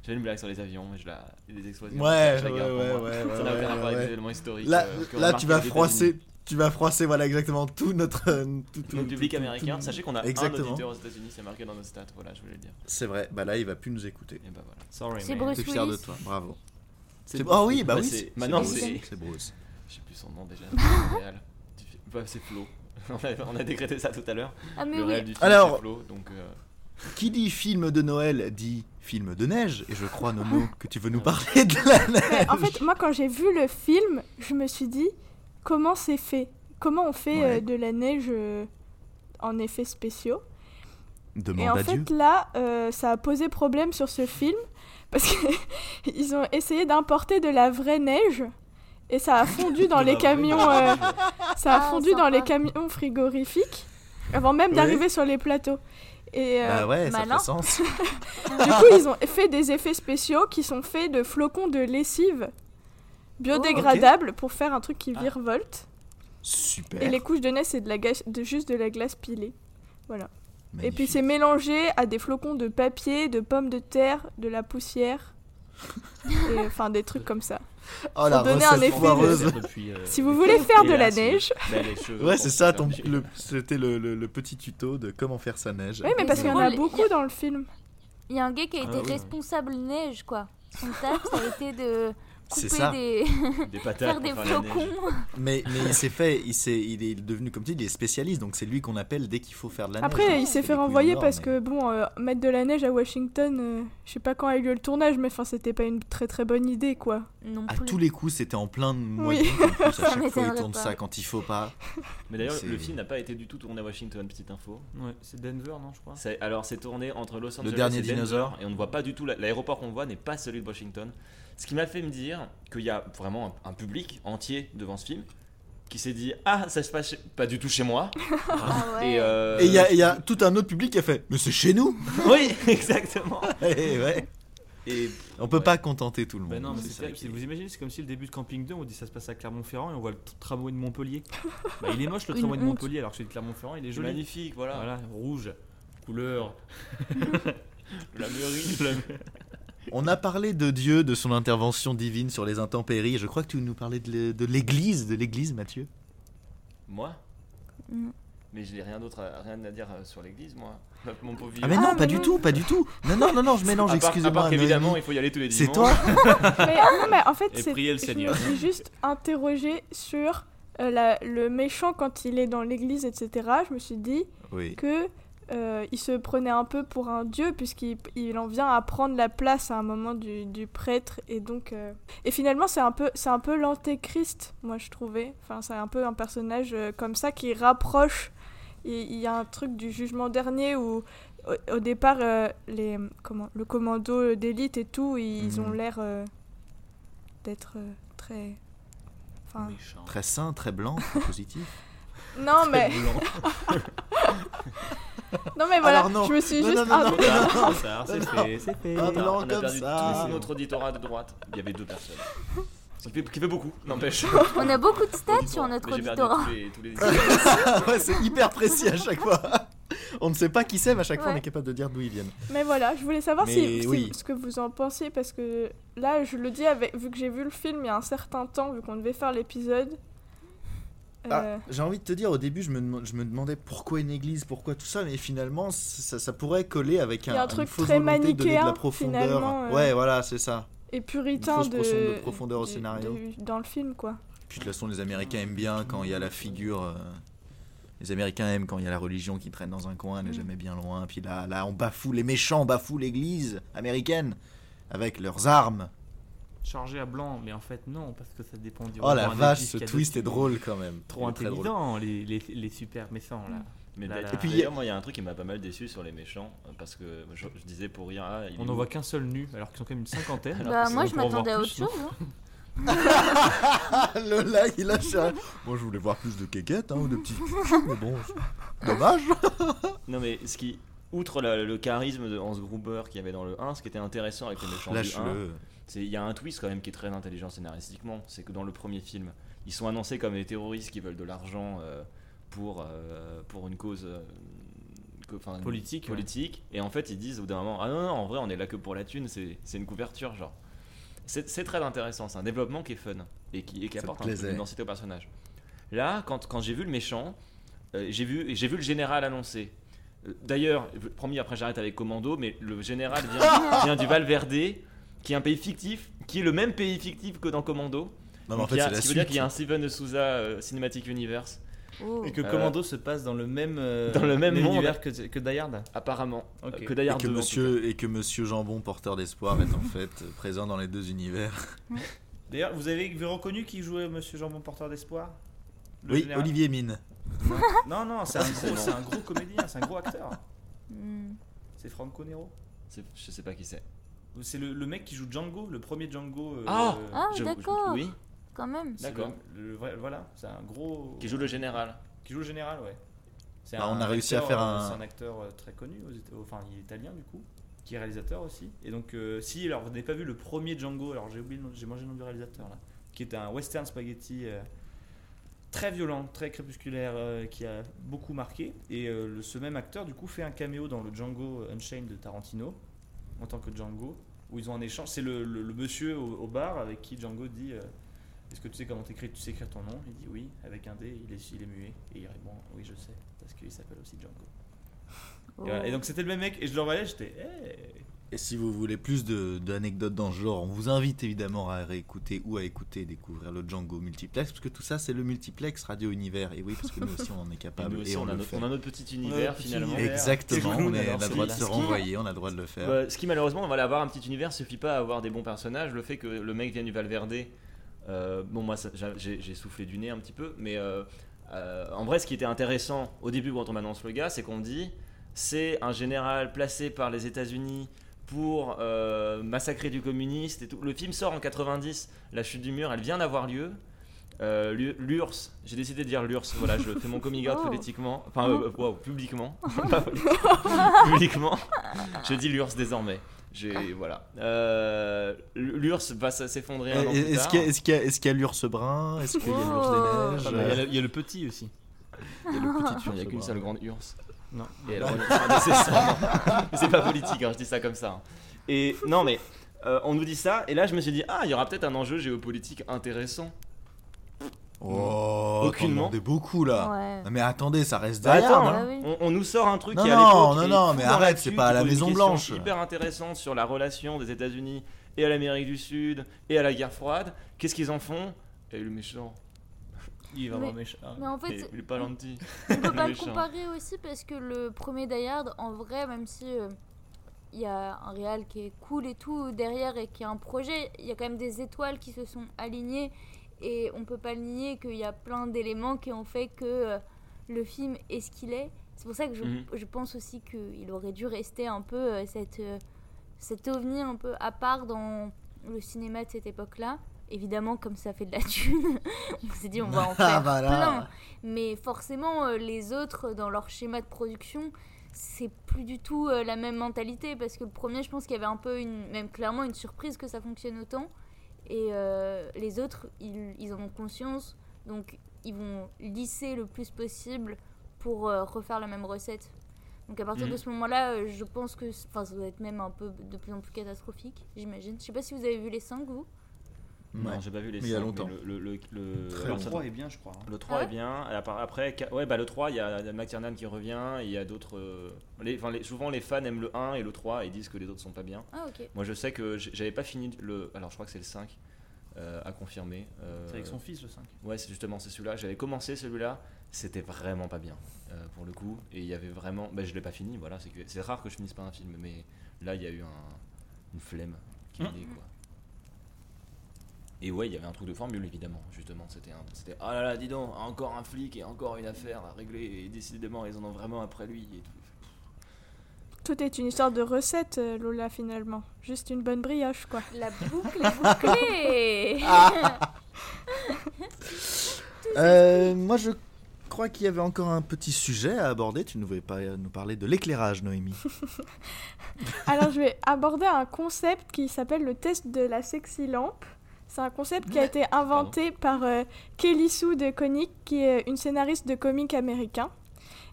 D: J'avais une blague sur les avions, mais je la. et Les
G: ils-
D: explosions.
G: Ouais,
D: je
G: ouais,
D: la
G: ouais,
D: garde pour
G: ouais,
D: moi.
G: ouais,
D: Ça n'a
G: ouais,
D: aucun rapport avec
G: ouais.
D: des éléments historiques.
G: Là,
D: euh, que
G: là
D: remarquent
G: tu vas
D: les
G: froisser,
D: États-Unis.
G: tu vas froisser, voilà exactement tout notre euh, tout, tout-
D: Notre public
G: tout- tout-
D: américain,
G: tout-
D: sachez qu'on a un
G: Exactement.
D: auditeur aux États-Unis, c'est marqué dans nos stats, voilà, je voulais le dire.
G: C'est vrai. Bah là, il va plus nous écouter.
D: Et bah voilà.
E: Sorry,
F: C'est
E: man.
G: Je
F: Bruce
G: suis fier de
F: Willis.
G: toi. Bravo.
D: C'est
G: C'est- Ah oui, bah
D: Bah,
G: oui.
D: c'est-
G: c'est-
D: maintenant,
G: c'est
D: c'est-
G: Bruce. c'est Bruce.
D: Je sais plus son nom déjà. le réel du film. Bah, c'est Flo. On a, on a décrété ça tout à l'heure.
F: Ah, mais
D: Le
F: oui.
D: réel du film,
G: Alors-
D: c'est Flo, donc. euh,
G: Qui dit film de Noël dit film de neige. Et je crois, Nono, que tu veux nous parler de la neige.
H: Ah. Mais en fait, moi, quand j'ai vu le film, je me suis dit comment c'est fait Comment on fait
G: Ouais.
H: euh, de la neige euh, en effets spéciaux
G: Demande
H: Et en
G: à
H: fait,
G: Dieu.
H: là, euh, ça a posé problème sur ce film parce qu'ils ont essayé d'importer de la vraie neige et ça a fondu dans
E: De
H: les
E: la vraie
H: camions, euh, ça a
F: Ah,
H: fondu dans les
F: sympa.
H: camions frigorifiques avant même d'arriver sur les plateaux. Et euh,
G: Bah ouais, ça
F: malin.
G: fait sens.
E: Ah,
H: du coup, ils ont fait des effets spéciaux qui sont faits de flocons de
E: Oh,
H: lessive biodégradables pour faire un truc
E: Ah.
H: qui virevolte.
G: Super.
H: Et les couches de neige, c'est de la gâche- de, juste de la glace pilée. Et puis
G: Magnifique.
H: c'est mélangé à des flocons de papier, de pommes de terre, de la poussière. Et, Enfin, des trucs comme ça.
G: oh, la
H: faut donner un
G: recette
H: effet de-
G: foireuse.
D: depuis, euh,
H: Si vous voulez faire de la
D: hélas,
H: neige.
D: bah, les cheveux,
G: Ouais,
D: bon,
G: c'est ça, ton,
D: obligé.
G: le- c'était le, le- le petit tuto de comment faire sa neige.
H: Oui, mais
F: Mais
H: parce
F: c'est
H: qu'il y en a
F: drôle, il
H: beaucoup
F: y a-
H: dans le film.
G: Ah,
F: Il y a un gars qui a
E: Ah
F: été
E: oui.
F: responsable neige, quoi. Son taf, ça a été de
G: C'est
F: couper
G: ça.
F: des.
D: Des patates
F: faire
D: pour
F: des
D: faire la neige.
F: flocons.
G: Mais, mais il s'est fait, il, s'est- il est devenu, comme tu dis, il est spécialiste, donc c'est lui qu'on appelle dès qu'il faut faire de la neige. hein.
H: Après, il s'est
G: des
H: fait
G: couilles en
H: renvoyer
G: or,
H: parce
G: mais-
H: que, bon, euh, mettre de la neige à Washington, euh, je sais pas quand a eu lieu le tournage, mais enfin, c'était pas une très très bonne idée, quoi.
F: Non
G: À
F: plus.
G: tous les coups, c'était en plein mois
H: Oui.
G: d'août, en plus,
F: Ça
G: à chaque fois, il
F: m'étonnerait
G: tourne
F: pas.
G: ça quand il faut pas.
D: Mais d'ailleurs,
G: C'est-
D: le film n'a pas été du tout tourné à Washington, petite info.
E: Ouais, c'est Denver, non, je crois.
D: C'est- alors, c'est tourné entre Los Angeles
G: dernier
D: et Denver,
G: dinosaure.
D: et on ne voit pas du tout la- l'aéroport qu'on voit n'est pas celui de Washington. Ce qui m'a fait me dire qu'il y a vraiment un, un public entier devant ce film qui s'est dit ah ça se passe chez- pas du tout chez moi.
F: Ah ouais.
D: Et, euh,
G: Et il y, a- il y a tout un autre public qui a fait Mais c'est chez nous
D: oui exactement.
G: Eh ouais.
D: Et
G: On peut
D: Ouais. Ben
G: pas contenter tout le monde.
E: Bah non, mais
G: c'est
E: c'est
G: ça
E: terrible.
G: qui est-
E: Vous imaginez, c'est comme si le début de Camping 2, on dit ça se passe à Clermont-Ferrand et on voit le t- tramway de Montpellier. Bah, il est moche le
F: Une
E: tramway de
F: honte.
E: Montpellier alors que celui de Clermont-Ferrand il est joli.
D: magnifique voilà.
E: Voilà, rouge, couleur.
D: La mairie. la-
G: On a parlé de Dieu, de son intervention divine sur les intempéries. Je crois que tu nous parlais de l'é- de l'église, de l'église, Mathieu.
D: Moi.
F: Mm.
D: Mais je n'ai rien d'autre à, rien à dire euh, sur l'église moi. Mon pauvre
G: Ah,
D: vieux.
G: mais non,
F: Ah,
G: pas
F: mais
G: du
F: non.
G: tout, pas du tout. Non, non, non, non, je mélange,
D: à part, à part
G: excusez-moi.
D: qu'évidemment
G: Noémie.
D: il faut y aller tous les dimanches.
G: C'est toi
H: Mais ah, non, mais en fait,
E: Et
H: c'est.
E: prier le
H: je
E: Seigneur.
H: me suis juste interrogée sur euh, la- le méchant quand il est dans l'église, etc. Je me suis dit
G: Oui.
H: que. euh, il se prenait un peu pour un dieu puisqu'il il en vient à prendre la place à un moment du, du prêtre et donc euh, et finalement c'est un peu c'est un peu l'antéchrist moi je trouvais enfin c'est un peu un personnage euh, comme ça qui rapproche il il y a un truc du jugement dernier où au, au départ euh, les comment le commando d'élite et tout ils,
G: Mhm.
H: ont l'air euh, d'être euh, très enfin
D: Méchant.
G: Très sain, très blanc, très positif.
H: non mais non mais voilà
G: Alors non.
H: je me suis
G: Non,
H: juste
G: non, non,
H: ah,
G: non.
H: bon.
E: Ah, ça, c'est fait, c'est fait.
G: Ah, blanc
D: on a
G: comme
D: perdu
G: ça.
D: tout notre auditorat de droite. Il y avait deux personnes. Ce qui fait, qui fait beaucoup, n'empêche.
F: On a beaucoup de stats sur
D: Auditorat.
F: notre
D: Mais j'ai perdu
F: auditorat.
D: tous les- tous les-
G: Ah ouais, c'est hyper précis à chaque fois. On ne sait pas qui c'est, mais à chaque fois on
H: Ouais.
G: est capable de dire d'où ils viennent.
H: mais voilà je voulais savoir
G: Mais
H: si, si-
G: oui.
H: ce que vous en pensiez parce que là je le dis avec vu que j'ai vu le film il y a un certain temps vu qu'on devait faire l'épisode
G: Ah,
H: euh,
G: J'ai envie de te dire, au début, je me, demand- je me demandais pourquoi une église, pourquoi tout ça, mais finalement, ça, ça pourrait coller avec
H: Il
G: un,
H: y a un
G: une
H: truc
G: fausse
H: très
G: volonté de donner de la
H: manichéen,
G: profondeur.
H: finalement, euh.
G: Ouais, voilà, c'est ça.
H: et puritain
G: fausse
H: de,
G: profonde- profondeur au
H: du-
G: scénario.
H: du- dans le film quoi
G: Puis de toute façon, les Américains aiment bien quand il y a la figure. euh, Les Américains aiment quand il y a la religion qui traîne dans un coin, elle n'est
H: Mm.
G: jamais bien loin. Puis là, là, on bafoue les méchants, on bafoue l'église américaine avec leurs armes.
E: charger à blanc, mais en fait non, parce que ça dépend du.
G: Oh la
E: recours
G: vache,
E: indice
G: ce
E: qu'il y a
G: twist
E: dessus.
G: est drôle quand même.
E: Trop
G: Il est très drôle.
E: intelligent, les, les, les super méchants là.
D: Mais
E: Là,
D: d'a-
E: là.
D: d'ailleurs,
E: Et puis,
G: il y a-
D: moi, il y a un truc qui m'a pas mal déçu sur les méchants, euh, parce que je, je disais pour rire, ah, il est
E: On
D: où
E: n'en voit qu'un seul nu, alors qu'ils sont quand même une cinquantaine.
F: Bah, moi, je
E: Pour en voir
F: m'attendais à
E: plus,
F: autre
E: non
F: chose. hein.
G: Ah, Lola, il lâche un. Moi, je voulais voir plus de quéquettes hein, ou de petits. mais bon, c'est dommage.
D: Non, mais ce qui, outre la- le charisme de Hans Gruber qu'il y avait dans le 1, ce qui était intéressant avec les méchants du 1,
G: Lâche-le.
D: C'est- Il y a un twist quand même qui est très intelligent scénaristiquement, c'est que dans le premier film, ils sont annoncés comme des terroristes qui veulent de l'argent euh, pour, euh, pour une cause euh, que- 'fin, une-
E: Politique, ouais.
D: politique. Et en fait, ils disent au bout d'un moment, ah non, non, en vrai, on est là que pour la thune, c'est c'est une couverture, genre. C'est c'est très intéressant, c'est un développement qui est fun et qui, et qui
G: Ça te
D: apporte un peu
G: plaisait.
D: d'intensité au personnage. Là, quand, quand j'ai vu le méchant, euh, j'ai vu, j'ai vu le général annoncé. Euh, D'ailleurs, v- promis, après j'arrête avec Commando, mais le général vient, vient du Valverde, qui est un pays fictif, qui est le même pays fictif que dans Commando.
G: Non, mais en
D: Donc,
G: fait,
D: il y a-
G: c'est la
D: ce qui veut dire
G: suite.
D: qu'il y a un Steven de Souza euh, Cinematic Universe,
F: Oh.
E: Et que
D: Euh,
E: Commando se passe dans le même, euh,
D: dans le même monde.
E: univers que, que Die Hard.
D: apparemment.
E: Ok.
D: Euh, Que d'ailleurs,
G: Et que, monsieur, et que monsieur Jambon, porteur d'espoir, est en fait euh, présent dans les deux univers.
L: D'ailleurs, vous avez vous avez reconnu qui jouait Monsieur Jambon Porteur d'Espoir Le
G: Oui,
L: général
G: Olivier Mine.
L: Non, non,
D: Ah,
L: c'est un, gros- c'est un gros comédien, c'est un gros acteur.
F: Hmm.
L: C'est Franco Nero.
D: Je sais pas qui c'est.
L: C'est le, le mec qui joue Django, le premier Django. euh,
D: Ah
L: euh,
F: Ah,
D: Je- je-
F: d'accord.
D: Oui,
F: Quand même.
L: c'est le-
D: d'accord.
L: le vrai- Voilà, c'est un gros.
D: Qui joue le général.
L: qui joue le général, ouais. C'est
G: Bah, on a réussi à
L: acteur,
G: faire
L: euh,
G: un-
L: C'est un acteur euh, très connu, aux Éta- enfin il est italien du coup, qui est réalisateur aussi. Et donc, euh, si, alors vous n'avez pas vu le premier Django, alors j'ai oublié, le nom- j'ai mangé le nom du réalisateur là, qui est un western spaghetti euh, très violent, très crépusculaire, euh, qui a beaucoup marqué. Et euh, le- ce même acteur du coup fait un caméo dans le Django Unchained de Tarantino, en tant que Django, où ils ont un échange. C'est le, le- le monsieur au, au bar avec qui Django dit. euh, est-ce que tu sais comment t'écrire Tu sais écrire ton nom Il dit oui, avec un D, il est, il est muet. Et il répond oui, je sais, parce qu'il s'appelle aussi Django.
F: Oh.
L: Et, voilà. Et donc c'était le même mec, et je le regardais, j'étais hey.
G: Et si vous voulez plus de- d'anecdotes dans ce genre, on vous invite évidemment à réécouter ou à écouter et découvrir le Django Multiplex, parce que tout ça, c'est le Multiplex Radio Univers. Et oui, parce que nous aussi, on en est
D: Et
G: capable.
D: nous
G: Ah, et
D: aussi,
G: on,
D: on, a
G: le
D: notre,
G: fait.
D: on a notre petit
L: notre
D: univers
L: petit
D: finalement.
L: univers.
G: Exactement,
L: Et
G: on,
L: nous,
G: est- on
L: alors,
G: a le droit de
L: c'est
G: se
L: là.
G: renvoyer, on a le droit de le faire.
D: Bah, ce qui malheureusement, voilà, avoir un petit univers suffit pas à avoir des bons personnages. Le fait que le mec vienne du Valverde, euh, bon moi ça- j'a- j'ai j'ai soufflé du nez un petit peu, mais euh, euh, en vrai ce qui était intéressant au début quand on m'annonce le gars, c'est qu'on dit c'est un général placé par les États-Unis pour euh, massacrer du communiste et tout. Le film sort en 90, la chute du mur, elle vient d'avoir lieu. Euh, Lu- L'URSS, j'ai décidé de dire l'URSS, voilà, je fais mon coming out
F: Oh.
D: politiquement, enfin, euh, wow, publiquement, Pas politiquement. publiquement, je dis l'URSS désormais. J'ai voilà. Euh, L'URSS va s- s'effondrer un an
G: Et-
D: plus
G: Est-ce
D: tard.
G: qu'il y a- est-ce qu'il y a- est-ce qu'il y a l'ours brun Est-ce qu'il y a
F: Oh.
G: l'ours des
E: Ah, Il y a
G: neiges
E: le- il y a le petit aussi.
G: Ah, Il y a le petit
D: Il n'y a
G: ours
D: qu'une
G: brun.
D: seule grande URSS.
E: Non.
D: Et elle renaîtra nécessairement. Mais C'est pas politique, hein, je dis ça comme ça. Et non, mais euh, on nous dit ça, et là je me suis dit, ah, il y aura peut-être un enjeu géopolitique intéressant.
G: Oh,
D: Aucunement.
G: Aucunement. beaucoup
D: Ah.
G: là.
F: Ouais.
G: Non, mais attendez, ça reste
D: Bah,
G: derrière.
D: attends,
G: non
F: hein. oui.
D: on, on nous sort un truc
G: euh, Non,
D: qui à
G: non,
D: l'époque
G: non,
D: est
G: non,
D: fou
G: mais
D: dans
G: arrête,
D: l'actu,
G: c'est pas à
D: qui
G: la
D: pose une
G: Maison
D: question
G: Blanche.
D: hyper intéressante sur la relation des États-Unis et à l'Amérique du Sud et à la guerre froide. Qu'est-ce qu'ils en font Et le méchant.
L: il va
F: Mais-
L: avoir méchant.
F: Mais en fait,
D: Et il est pas gentil.
F: on peut pas le
D: méchant.
F: comparer aussi parce que le premier Die Hard, en vrai, même si euh, il y a un réal qui est cool et tout derrière et qui a un projet, il y a quand même des étoiles qui se sont alignées et on peut pas le nier qu'il y a plein d'éléments qui ont fait que euh, le film est ce qu'il est. C'est pour ça que je,
D: Mhm.
F: je pense aussi qu'il aurait dû rester un peu euh, cette, euh, cet ovni un peu à part dans le cinéma de cette époque-là. Évidemment, comme ça fait de la thune, on s'est dit on va en faire
G: voilà.
F: plein. Mais forcément, euh, les autres, dans leur schéma de production, c'est plus du tout euh, la même mentalité. Parce que le premier, je pense qu'il y avait un peu, une, même clairement, une surprise que ça fonctionne autant. Et euh, les autres, ils, ils en ont conscience. Donc, ils vont lisser le plus possible pour euh, refaire la même recette. Donc, à partir
D: Mhm.
F: de ce moment-là, euh, je pense que c- enfin, ça doit être même un peu de plus en plus catastrophique, j'imagine. Je sais pas si vous avez vu les 5, vous
G: Ouais.
D: Non, j'ai pas vu les
G: Mais il y a
D: cinq,
G: longtemps.
D: Le, le, le, le-
G: Très
D: alors,
G: longtemps.
D: ça-
L: Le 3 est bien, je crois. hein.
D: Le 3
F: Ah
D: est bien. et appa- Après, ca- ouais, bah, le 3, il y a McTiernan qui revient. et Il y a d'autres. euh, les- enfin, les- souvent, les fans aiment le 1 et le 3 et disent que les autres sont pas bien.
F: Ah, ok.
D: Moi, je sais que j- j'avais pas fini le. Alors, je crois que c'est le 5 euh, à confirmer. euh,
L: C'est avec son fils le 5.
D: Ouais, c'est justement c'est celui-là. J'avais commencé celui-là, c'était vraiment pas bien euh, pour le coup. Et il y avait vraiment, bah, je l'ai pas fini. Voilà, c'est que c'est rare que je
L: Mm.
D: finisse pas un film, mais là il y a eu un- une flemme qui est née, quoi. Et ouais, il y avait un truc de formule évidemment, justement. C'était un- c'était ah là là, dis donc, encore un flic et encore une affaire à régler. Et décidément, ils en ont vraiment après lui et tout.
H: Tout est une histoire de recette, euh, Lola, finalement. Juste une bonne brioche, quoi.
F: La boucle est bouclée
G: Euh, moi, je crois qu'il y avait encore un petit sujet à aborder. Tu nous voulais pas nous parler de l'éclairage, Noémie.
H: Alors, je vais aborder un concept qui s'appelle le test de la sexy lampe. C'est un concept qui a été inventé par euh, Kelly Sue de Koenig, qui est une scénariste de comics américain.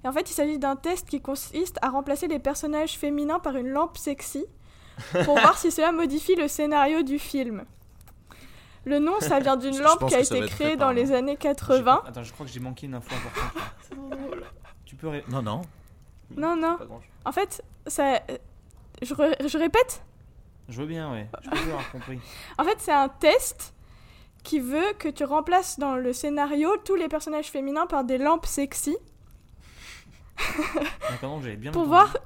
H: Et en fait, il s'agit d'un test qui consiste à remplacer les personnages féminins par une lampe sexy pour voir si cela modifie le scénario du film. Le nom, ça vient d'une
G: Je
H: lampe
G: pense
H: qui a
G: que ça
H: été
G: va être
H: créée
G: fait
H: dans
G: par-
H: les années
L: J'ai pas-
H: 80.
L: Attends, je crois que j'ai manqué une info importante. là. tu peux ré-
G: Non, non.
H: Non, non.
L: Pas grand-chose.
H: En fait, ça... euh, je re- je répète,
L: Je veux bien, ouais. Je peux avoir compris.
H: En fait, c'est un test qui veut que tu remplaces dans le scénario tous les personnages féminins par des lampes sexy
L: D'accord, donc j'avais bien
H: pour
L: entendu.
H: voir.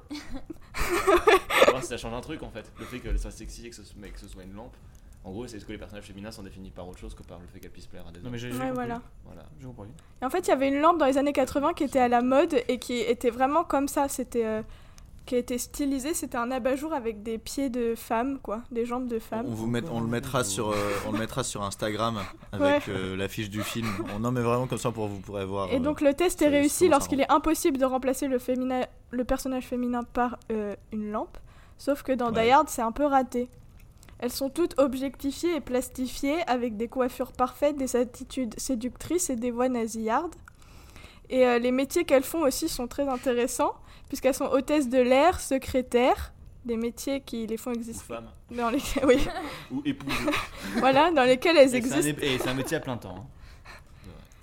D: Faut voir si ça change un truc en fait. Le fait qu'elle soit sexy et que ce, mais que ce soit une lampe. En gros, c'est ce que les personnages féminins sont définis par autre chose que par le fait qu'elles puissent plaire à des
L: Non,
D: hommes.
L: mais j'ai j'ai
H: Ouais,
L: compris.
H: voilà.
D: Voilà.
L: J'ai compris.
H: Et en fait, il y avait une lampe dans les années 80 qui était à la mode et qui était vraiment comme ça. C'était. euh, qui était stylisée. C'était un abat-jour avec des pieds de femme, quoi. Des jambes de
G: On,
H: femme.
G: vous met- on le mettra sur, euh, on le mettra sur Instagram avec euh, l'affiche du film. On en met vraiment comme ça pour vous pourrez voir.
H: Et
G: euh,
H: donc, le test est
G: c'est-
H: réussi
G: c'est bon, ça
H: lorsqu'il est impossible de remplacer le, féminin- le personnage féminin par euh, une lampe. Sauf que dans
G: Ouais.
H: Die Hard, c'est un peu raté. Elles sont toutes objectifiées et plastifiées avec des coiffures parfaites, des attitudes séductrices et des voix nasillardes. Et euh, les métiers qu'elles font aussi sont très intéressants, puisqu'elles sont hôtesses de l'air, secrétaires, des métiers qui les font
D: Ou
H: exister.
D: femme,
H: Dans les... oui,
D: ou épouse.
H: voilà, dans lesquels elles
L: Et c'est un
H: existent.
L: ép- Et c'est un métier à plein temps. hein.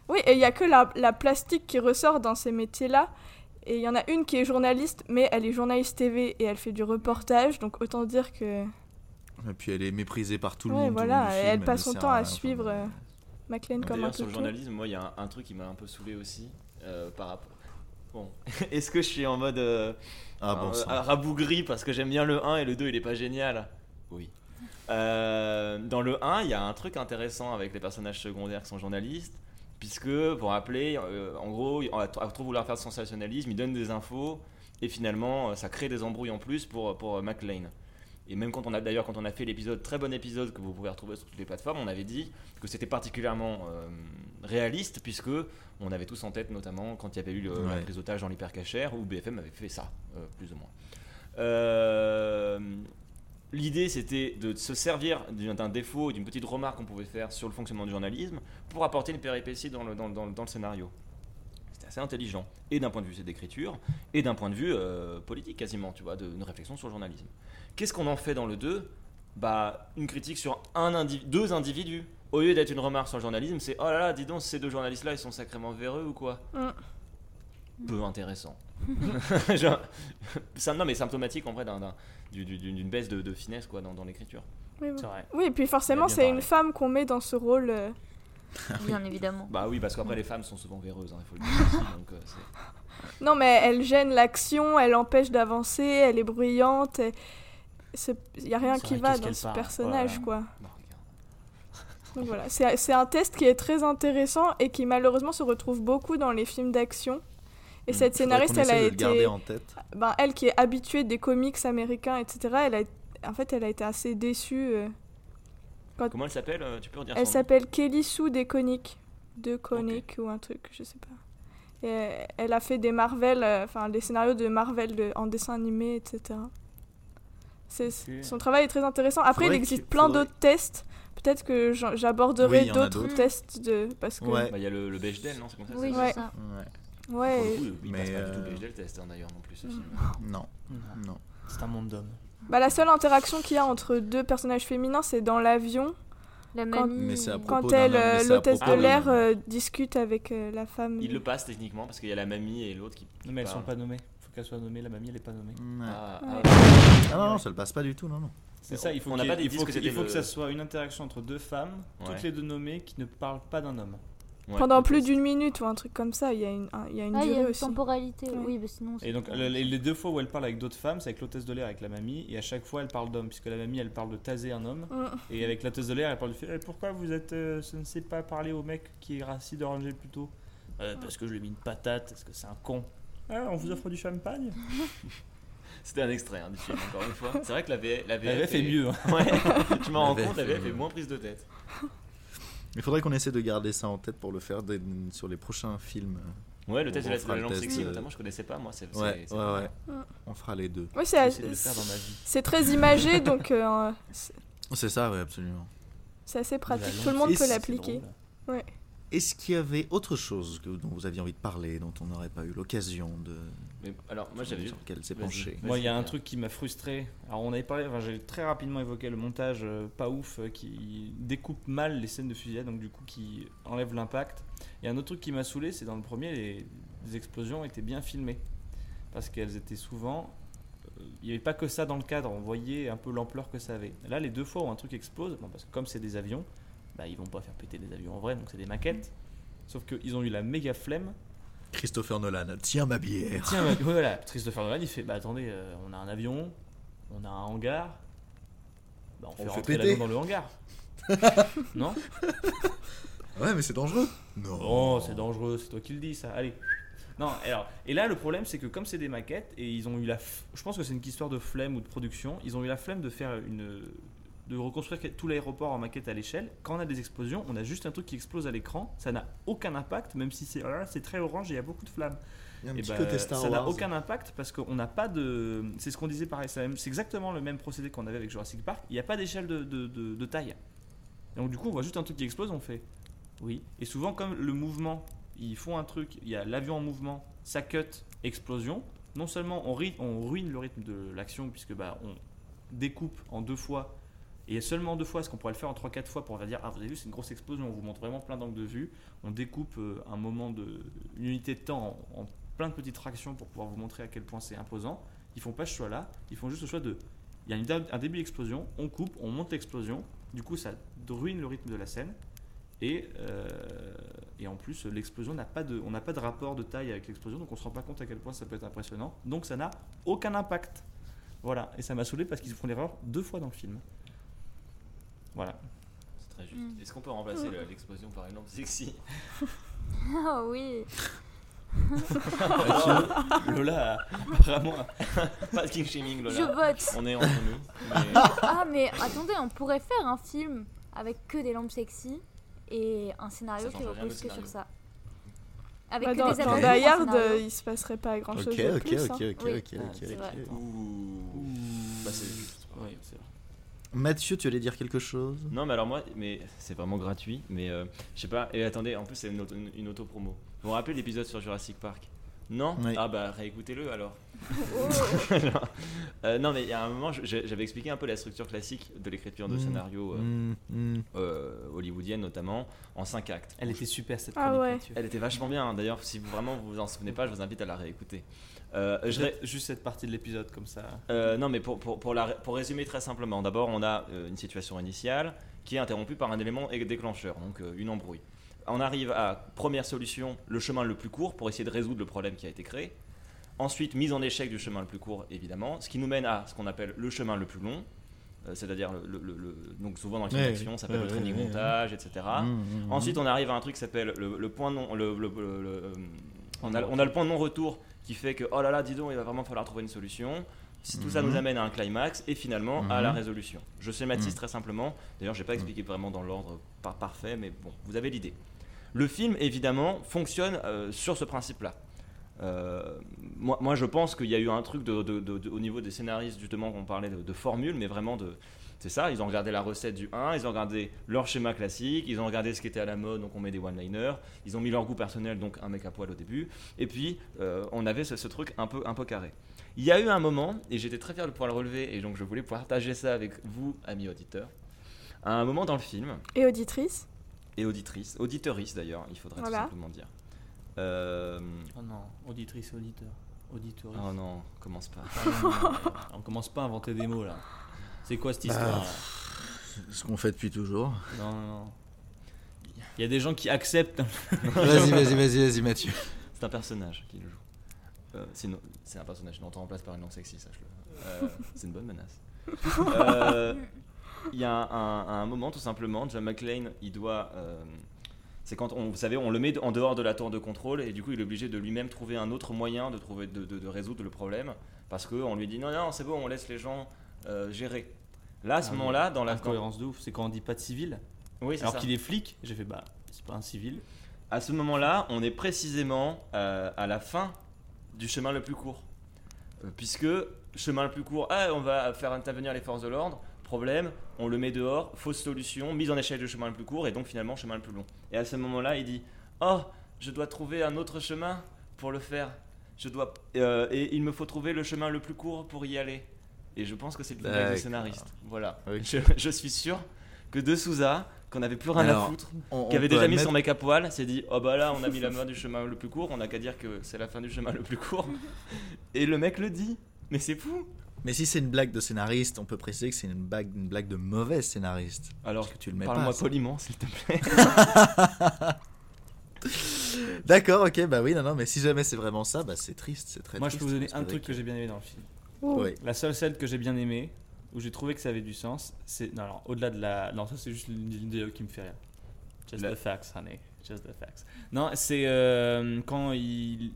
H: Oui, et il n'y a que la, la plastique qui ressort dans ces métiers-là. Et il y en a une qui est journaliste, mais elle est journaliste TV et elle fait du reportage, donc autant dire que
G: Et puis elle est méprisée par tout le
H: Ouais,
G: monde. tout le
H: voilà,
G: monde du
H: et
G: film,
H: elle passe son
G: sert
H: temps à
G: rien,
H: suivre,
G: enfin,
H: euh, McLean comme un
D: D'ailleurs, sur le
H: toutou.
D: journalisme, moi, il y a un, un truc qui m'a un peu saoulé aussi euh, par rapport. Bon,
I: Est-ce que je suis en mode euh,
G: Ah bon
I: euh,
G: sang.
I: rabougri parce que j'aime bien le 1 et le 2 il est pas génial
D: Oui.
I: Euh, dans le 1, il y a un truc intéressant avec les personnages secondaires qui sont journalistes, puisque, pour rappeler, euh, en gros, à à trop vouloir faire de sensationnalisme, ils donnent des infos, et finalement, euh, ça crée des embrouilles en plus pour, pour euh, McLean. Et même quand on a d'ailleurs quand on a fait l'épisode très bon épisode que vous pouvez retrouver sur toutes les plateformes, on avait dit que c'était particulièrement euh, réaliste puisque on avait tous en tête notamment quand il y avait eu le-
G: Ouais.
D: les otages dans l'hypercachère où BFM avait fait ça euh, plus ou moins. Euh, L'idée, c'était de se servir d'un d'un défaut, d'une petite remarque qu'on pouvait faire sur le fonctionnement du journalisme pour apporter une péripétie dans le, dans le- dans le- dans le scénario. C'était assez intelligent, et d'un point de vue c'est d'écriture, et d'un point de vue euh, politique quasiment, tu vois, de- une réflexion sur le journalisme. Qu'est-ce qu'on en fait dans le 2 Bah, une critique sur un indivi- deux individus. Au lieu d'être une remarque sur le journalisme, c'est oh là là, dis donc, ces deux journalistes-là, ils sont sacrément véreux ou quoi
H: Mm.
D: Peu intéressant. Genre, ça- non, mais symptomatique en vrai d'un- d'un- du- du- d'une baisse de, de finesse quoi, dans, dans l'écriture.
H: Oui,
L: C'est
H: oui.
L: vrai.
H: Oui, et puis forcément,
D: Il a bien
H: c'est une
D: parlé.
H: femme qu'on met dans ce rôle. euh,
F: Bien évidemment.
D: Bah oui, parce
G: Mm.
D: qu'après les femmes sont souvent véreuses, hein, il faut le dire aussi, donc, euh, c'est-
H: Non, mais elle gêne l'action, elle empêche d'avancer, elle est bruyante. et c'est- Il n'y a rien
L: C'est
H: qui
L: vrai,
H: va
L: qu'est-ce
H: dans
L: qu'elle
H: ce
L: parle,
H: personnage,
L: voilà.
H: quoi.
D: non, regarde.
H: Donc voilà, c'est c'est un test qui est très intéressant et qui malheureusement se retrouve beaucoup dans les films d'action. Et cette
G: Hmm, faudrait qu'on
H: scénariste, elle a
G: essaie de le garder
H: été,
G: en tête.
H: ben, elle qui est habituée des comics américains, etc. Elle a, en fait, elle a été assez déçue.
G: Ah,
H: euh.
D: Comment elle s'appelle euh, Tu peux redire
H: Elle
D: son nom
H: s'appelle Kelly Sue Deconic, Deconic ou un truc, je sais pas. Et euh, elle a fait des Marvel, euh, enfin des scénarios de Marvel de- en dessin animé, etc. C'est-
L: Ok.
H: Son travail est très intéressant. Après, il
G: Faudrait
H: existe
G: qu'il-
H: plein
G: faudrait-
H: d'autres tests. Peut-être que j'en- j'aborderai
G: Oui, il y en a
H: d'autres
G: d'autres.
H: tests de parce que
G: Ouais.
D: Bah, Il y a le, le Bechdel, non C'est comme ça
F: Oui,
D: ça
H: Ouais.
F: c'est ça.
G: Ouais.
D: Pour
H: ouais,
D: le coup, il
G: Mais,
D: passe pas du tout
G: euh,
D: le Bechdel test hein, d'ailleurs non plus ce film.
H: Mm.
G: Non,
L: Non,
G: non.
L: C'est un monde d'hommes.
H: Bah, la seule interaction qu'il y a entre deux personnages féminins, c'est dans l'avion,
F: La
H: Quand-
F: mamie.
G: Mais c'est à propos
H: quand
G: d'un
H: elle,
G: homme, mais
H: euh,
G: c'est à
H: l'hôtesse de
G: propos d'un
H: l'air,
G: homme.
H: euh, discute avec euh, la femme.
D: Il le passe techniquement parce qu'il y a la mamie et l'autre qui.
L: Non, mais elles
D: Bah.
L: sont pas nommées. Faut qu'elles soient nommées. La mamie, elle est pas nommée.
G: Ouais.
D: Ah,
H: Ouais.
D: ah.
G: Ah non, non, ça le passe pas du tout, non, non.
L: C'est ça, il faut
D: On n'a
L: qu'il
D: pas dit
L: il faut
D: que
L: qu'il-
D: c'était
L: il faut
D: le-
L: que ça soit une interaction entre deux femmes,
D: Ouais.
L: toutes les deux nommées, qui ne parlent pas d'un homme.
D: Ouais,
H: Pendant
D: peut-être.
H: plus d'une minute ou un truc comme ça, il y a une, un- il y a une
F: Ah, il y a
H: durée
F: une
H: aussi.
F: temporalité.
H: Ouais.
F: Oui, mais sinon. c'est
E: Et donc
F: pas-
E: le- les les deux fois où elle parle avec d'autres femmes, c'est avec l'hôtesse de l'air, avec la mamie, et à chaque fois elle parle d'homme, puisque la mamie elle parle de taser un homme,
H: Mm.
E: et avec l'hôtesse de l'air elle parle du fait Eh, pourquoi vous êtes, euh, je ne sais pas parler au mec qui est rassis d'oranger plus tôt Euh, Parce que je lui ai mis une patate, parce que c'est un con. Ah, on vous offre du champagne
D: C'était un extrait hein, du film, encore une fois. C'est vrai que la, V- la
E: La
D: VF,
E: VF est mieux. hein.
D: Ouais, tu m'en
G: La
D: rends
G: VF
D: compte, la
G: est
D: VF
G: mieux.
D: est moins prise de tête.
G: Il faudrait qu'on essaie de garder ça en tête pour le faire dès- sur les prochains films.
D: Ouais, le
G: On
D: test de la- de
G: fera
D: la
G: le
D: langue
G: test,
D: sexy,
G: euh,
D: notamment, je connaissais pas moi. c'est-
G: Ouais,
D: c'est-
G: ouais, ouais.
H: Mm.
G: On fera les deux.
H: Oui, c'est
E: J'essaie de le faire dans ma vie.
H: c'est très imagé, donc euh, c'est-
G: C'est ça, oui, absolument.
H: c'est assez pratique.
E: La
H: Tout le
E: langue,
H: monde
G: Et
H: peut
G: c'est
H: l'appliquer.
E: drôle.
G: Est-ce qu'il y avait autre chose que, dont vous aviez envie de parler, dont on n'aurait pas eu l'occasion de.
D: Mais, alors, moi j'avais vu.
G: sur lequel s'est
D: Vas-y.
G: penché
E: Moi, il y a un
D: Pierre.
E: truc qui m'a frustré. Alors, on avait parlé, enfin, j'ai très rapidement évoqué le montage euh, pas ouf euh, qui découpe mal les scènes de fusillade, donc du coup qui enlève l'impact. Il y a un autre truc qui m'a saoulé, c'est dans le premier, les, les explosions étaient bien filmées. Parce qu'elles étaient souvent. euh, Il n'y avait pas que ça dans le cadre, on voyait un peu l'ampleur que ça avait. Là, les deux fois où un truc explose, bon, parce que comme c'est des avions, bah, ils vont pas faire péter des avions en vrai, donc c'est des maquettes. Sauf qu'ils ont eu la méga flemme
G: Christopher Nolan, tiens ma bière
E: Tiens, bah, voilà, Christopher Nolan, il fait Bah attendez, euh, on a un avion, on a un hangar, bah, on fait
G: le fait
E: rentrer
G: péter.
E: l'avion dans le hangar. non
G: Ouais, mais c'est dangereux Non
E: Oh, c'est dangereux, c'est toi qui le dis ça, allez. Non, alors, et là, le problème, c'est que comme c'est des maquettes, et ils ont eu la. f- Je pense que c'est une histoire de flemme ou de production, ils ont eu la flemme de faire une. de reconstruire tout l'aéroport en maquette à l'échelle. Quand on a des explosions, on a juste un truc qui explose à l'écran, ça n'a aucun impact, même si c'est ah, c'est très orange et il y a beaucoup de flammes.
G: Il y a un
E: Eh
G: petit
E: ben,
G: côté Star
E: ça n'a
G: Wars.
E: aucun impact parce qu'on n'a pas de. C'est ce qu'on disait pareil, c'est la même- c'est exactement le même procédé qu'on avait avec Jurassic Park. Il n'y a pas d'échelle de, de- de- de taille. Et donc, du coup, on voit juste un truc qui explose, on fait. Oui. Et souvent, comme le mouvement, ils font un truc, il y a l'avion en mouvement, ça cut, explosion. Non seulement on, ry- on ruine le rythme de l'action puisque bah, on découpe en deux fois. Et seulement en deux fois, ce qu'on pourrait le faire en trois, quatre fois pour dire Ah, vous avez vu, c'est une grosse explosion, on vous montre vraiment plein d'angles de vue on découpe euh, un moment de une unité de temps en, en plein de petites fractions pour pouvoir vous montrer à quel point c'est imposant. Ils font pas ce choix-là, ils font juste le choix de il y a une dé- un début d'explosion, on coupe, on monte l'explosion, du coup ça ruine le rythme de la scène et, euh, et en plus l'explosion n'a pas de on n'a pas de rapport de taille avec l'explosion donc on se rend pas compte à quel point ça peut être impressionnant donc ça n'a aucun impact. Voilà et ça m'a saoulé parce qu'ils font l'erreur deux fois dans le film. Voilà.
D: C'est très juste.
F: Mm.
D: Est-ce qu'on peut remplacer le- l'explosion par une lampe sexy
F: Ah oui.
E: Lola a vraiment
D: Pas de king shaming,
F: Je
D: Lola.
F: vote.
D: On est entre nous. mais-
F: Ah mais attendez, on pourrait faire un film avec que des lampes sexy et un scénario
D: Ça
F: qui
D: change rien au
F: repose que
D: scénario.
F: sur ça. Avec
H: Bah,
F: que
H: dans
F: des
H: dans
F: adultes,
H: Die
F: un
H: Hard,
F: scénario.
H: euh, il se passerait pas grand
G: Ok,
H: chose. de
G: ok,
H: plus, hein.
G: ok, ok,
F: Oui.
G: ok,
E: Ah,
G: ok,
F: c'est vrai.
G: ok.
D: Ouh. Bah, c'est juste.
E: Oui, c'est vrai.
G: Mathieu, tu allais dire quelque chose
D: Non, mais alors moi, mais c'est vraiment gratuit, mais euh, je sais pas. Et attendez, en plus, c'est une, auto, une auto-promo. Vous vous rappelez l'épisode sur Jurassic Park Non
G: Oui.
D: Ah bah, réécoutez-le alors.
F: Oh.
D: Alors, euh, non, mais il y a un moment, je- je- j'avais expliqué un peu la structure classique de l'écriture de
G: Mm.
D: scénario euh,
G: Hmm, hmm.
D: euh, hollywoodienne, notamment en 5 actes.
E: Elle était super cette
H: Ah
E: chronique,
H: ouais.
E: Mathieu.
D: Elle était vachement bien. hein. D'ailleurs, si vous vraiment vous en souvenez pas, je vous invite à la réécouter. Euh, je ré-
E: Peut-être Juste cette partie de l'épisode comme ça.
D: euh, non, mais pour, pour, pour, la- pour résumer très simplement, d'abord, on a euh, une situation initiale qui est interrompue par un élément é- déclencheur, donc euh, une embrouille. On arrive à première solution, le chemin le plus court pour essayer de résoudre le problème qui a été créé. Ensuite, mise en échec du chemin le plus court, évidemment, ce qui nous mène à ce qu'on appelle le chemin le plus long, euh, c'est-à-dire, le, le- le- le- donc souvent dans les films
G: Ouais,
D: d'action, ça s'appelle
G: ouais,
D: le
G: ouais,
D: training
G: ouais,
D: montage, etc.
E: Ah,
G: Hmm, hmm,
D: Ensuite, on arrive à un truc qui s'appelle le, le point non. le- le- le- le- euh, on, a, on a le point de non-retour qui fait que, oh là là, dis donc, il va vraiment falloir trouver une solution. Si tout ça
G: Mhm.
D: nous amène à un climax et finalement à la
G: Mhm.
D: résolution. Je schématise
G: Mhm.
D: très simplement. D'ailleurs, j'ai pas expliqué vraiment dans l'ordre par parfait, mais bon, vous avez l'idée. Le film, évidemment, fonctionne euh, sur ce principe-là. Euh, moi, moi, je pense qu'il y a eu un truc de- de- de- de- au niveau des scénaristes, justement, on parlait de, de formule, mais vraiment de. C'est ça, ils ont regardé la recette du 1, ils ont regardé leur schéma classique, ils ont regardé ce qui était à la mode, donc on met des one-liners, ils ont mis leur goût personnel, donc un mec à poil au début, et puis euh, on avait ce, ce truc un peu, un peu carré. Il y a eu un moment, et j'étais très fier de pouvoir le relever, et donc je voulais partager ça avec vous, amis auditeurs, à un moment dans le film,
H: Et auditrice
D: et auditrice, auditorice d'ailleurs, il faudrait
H: Voilà.
D: tout simplement dire. Euh,
E: Oh non, auditrice, auditeur. Auditoriste.
D: Oh non, commence pas.
E: Ah non, non, non, on commence pas à inventer des mots là.
D: Ah.
E: C'est quoi cette histoire là
G: mmh. Ce qu'on fait depuis toujours.
E: Non, non, non. Il y a des gens qui acceptent.
G: Vas-y, vas-y, vas-y, vas-y, Mathieu.
D: C'est un personnage qui le joue. Euh, c'est une- c'est un personnage, non, on te remplace par une non sexy, sache-le. Euh, c'est une bonne menace. Euh, Il y a un, un- un moment, tout simplement, John McClane, il doit. euh, c'est quand, on, vous savez, on le met en dehors de la tour de contrôle et du coup, il est obligé de lui-même trouver un autre moyen de, trouver, de, de- de résoudre le problème parce qu'on lui dit non, non, c'est bon, on laisse les gens euh, gérer. Là, à ce
E: Ah oui.
D: moment-là, dans la.
E: Incohérence de ouf, c'est quand on dit pas de civil.
D: Oui, c'est
E: Alors
D: ça.
E: qu'il est flic, j'ai fait bah, c'est pas un civil.
D: À ce moment-là, on est précisément euh, à la fin du chemin le plus court. Euh, Puisque, chemin le plus court, ah, on va faire intervenir les forces de l'ordre, problème, on le met dehors, fausse solution, mise en échec du chemin le plus court, et donc finalement chemin le plus long. Et à ce moment-là, il dit, oh, je dois trouver un autre chemin pour le faire. Je dois, euh, et il me faut trouver le chemin le plus court pour y aller. Et je pense que c'est le travail
G: D'accord.
D: du scénariste. Voilà.
G: Ok.
D: Je, je suis sûr que de Souza, qu'on avait plus rien à
G: Alors,
D: foutre,
G: On-
D: qui
G: on
D: avait
G: peut
D: déjà mis
G: admettre-
D: son mec à poil, s'est dit Oh bah là, on a mis la main du chemin le plus court, on a qu'à dire que c'est la fin du chemin le plus court. Et le mec le dit, mais c'est fou
G: Mais si c'est une blague de scénariste, on peut préciser que c'est une blague, une blague de mauvais scénariste.
D: Alors,
G: Parce que tu le mets pas.
D: parle-moi
G: ça.
D: poliment, s'il te plaît.
G: D'accord, ok, bah oui, non, non, mais si jamais c'est vraiment ça, bah c'est triste, c'est très
E: Moi, je
G: triste.
E: peux vous donner
G: parce
E: un
G: que-
E: truc que j'ai bien aimé dans le film.
G: Oui.
E: La seule scène que j'ai bien aimée, où j'ai trouvé que ça avait du sens, c'est. Non, alors, au-delà de la. Non, ça, c'est juste une une vidéo qui me fait rire. Just the facts, honey. Just the facts. Non, c'est euh, quand il.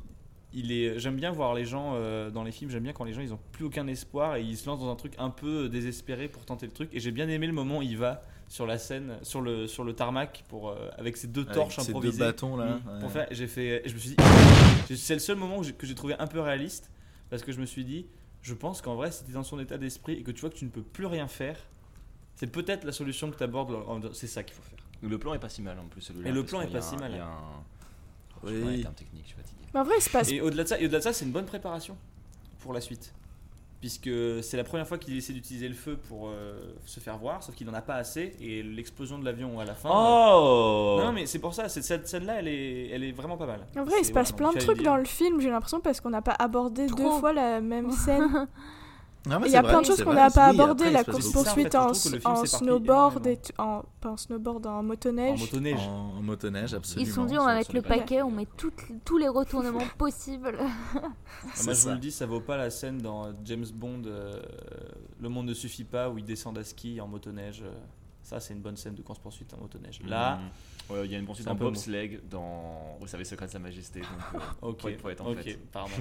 E: Il est... J'aime bien voir les gens euh, dans les films, j'aime bien quand les gens ils ont plus aucun espoir et ils se lancent dans un truc un peu euh, désespéré pour tenter le truc. Et j'ai bien aimé le moment où il va sur la scène, sur le, sur le tarmac pour, euh, avec ses deux
G: Avec
E: torches
G: ces
E: improvisées.
G: deux bâtons là.
E: Mm.
G: ouais.
E: Pour faire, j'ai fait, je me suis dit, c'est- c'est le seul moment où j'ai- que j'ai trouvé un peu réaliste parce que je me suis dit, je pense qu'en vrai, si t'es dans son état d'esprit et que tu vois que tu ne peux plus rien faire, c'est peut-être la solution que t'abordes. en- C'est ça qu'il faut faire.
D: Le plan est pas si mal en plus, celui-là.
E: Et le
D: parce
E: plan est
D: qu'il y a
E: pas
D: un-
E: si mal.
D: il y a un-
G: Oui.
D: Je pourrais être un technique, je suis fatigué.
H: Mais en vrai, il se passe.
E: Et au-delà de ça, et au-delà de ça, c'est une bonne préparation pour la suite, puisque c'est la première fois qu'il essaie d'utiliser le feu pour euh, se faire voir, sauf qu'il n'en a pas assez et l'explosion de l'avion à la fin.
D: Oh
E: non mais c'est pour ça, cette- cette scène-là, elle est, elle est vraiment pas mal.
H: En vrai, il se passe plein de trucs
E: hein.
H: dans le film, j'ai l'impression, parce qu'on n'a pas abordé deux
F: Trop.
H: fois la même scène.
G: Non,
H: Il
G: mais
H: y
G: c'est
H: a
G: vrai,
H: plein de
G: c'est
H: choses qu'on
G: vrai.
H: n'a pas
G: Oui, après,
H: abordées,
G: il
H: la
G: se passe
H: course
E: beaucoup de-
H: poursuite
E: C'est ça, en
H: en,
E: fait, je trouve que le film
H: en
E: s'éparpille
H: snowboard, et
E: énormément.
H: tout- en, pas en snowboard, en
E: En
H: motoneige.
E: motoneige.
G: En, en motoneige, absolument.
F: Ils se sont dit, on
D: sur-
F: va
D: sur
F: mettre
D: les
F: le
D: paquets.
F: paquet, on met toutes- tous les retournements possibles.
E: Ah,
G: C'est
E: moi, je vous
G: ça.
E: le dis, ça vaut pas la scène dans James Bond, euh, Le monde ne suffit pas, où ils descendent à ski en motoneige. euh, Ça, c'est une bonne scène de course-poursuite en motoneige. Là,
D: Mm. Ouais, il y a une poursuite
E: c'est un
D: en
E: peu
D: bobsleigh dans. Vous savez, Secret de sa Majesté. Donc, euh,
E: ok,
D: faut être- faut être en
E: ok,
D: fait.
E: pardon.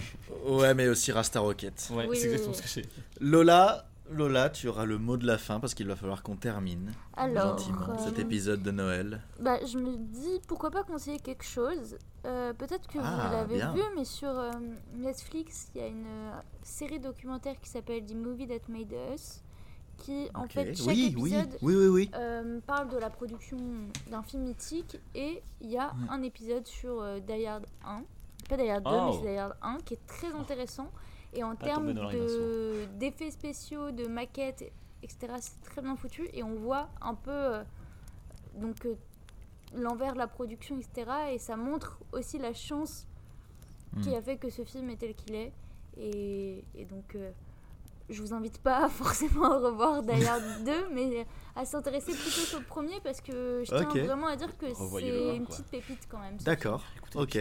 G: Ouais, mais aussi Rasta Rocket.
E: Ouais,
F: Oui,
E: c'est
F: oui,
E: exactement
F: oui.
E: ce que j'ai.
G: Lola, Lola, tu auras le mot de la fin parce qu'il va falloir qu'on termine
F: Alors,
G: gentiment
F: euh,
G: cet épisode de Noël.
F: bah, je me dis, pourquoi pas conseiller quelque chose Euh, Peut-être que
G: Ah,
F: vous l'avez
G: bien.
F: vu, mais sur euh, Netflix, il y a une euh, série documentaire qui s'appelle The Movie That Made Us, qui, en
G: Ok.
F: fait, chaque
G: oui, oui,
F: épisode
G: oui, oui, oui.
F: euh, parle de la production d'un film mythique et il y a un épisode sur euh, Die Hard 1. Pas Die Hard 2,
D: Oh.
F: mais c'est Die Hard 1 qui est très intéressant. Et en
D: Pas
F: termes
D: tombé dans la
F: de- d'effets spéciaux, de maquettes, etc., c'est très bien foutu. Et on voit un peu euh, donc euh, l'envers de la production, etc. Et ça montre aussi la chance qui a fait que ce film est tel qu'il est. Et, et donc, euh, je vous invite pas forcément à revoir Die Hard 2, mais à s'intéresser plutôt au premier parce que je tiens
G: Ok.
F: vraiment à dire que
D: Revoyez-le,
F: c'est
D: hein,
F: une
D: quoi.
F: petite pépite quand même. ce
G: D'accord. Ok.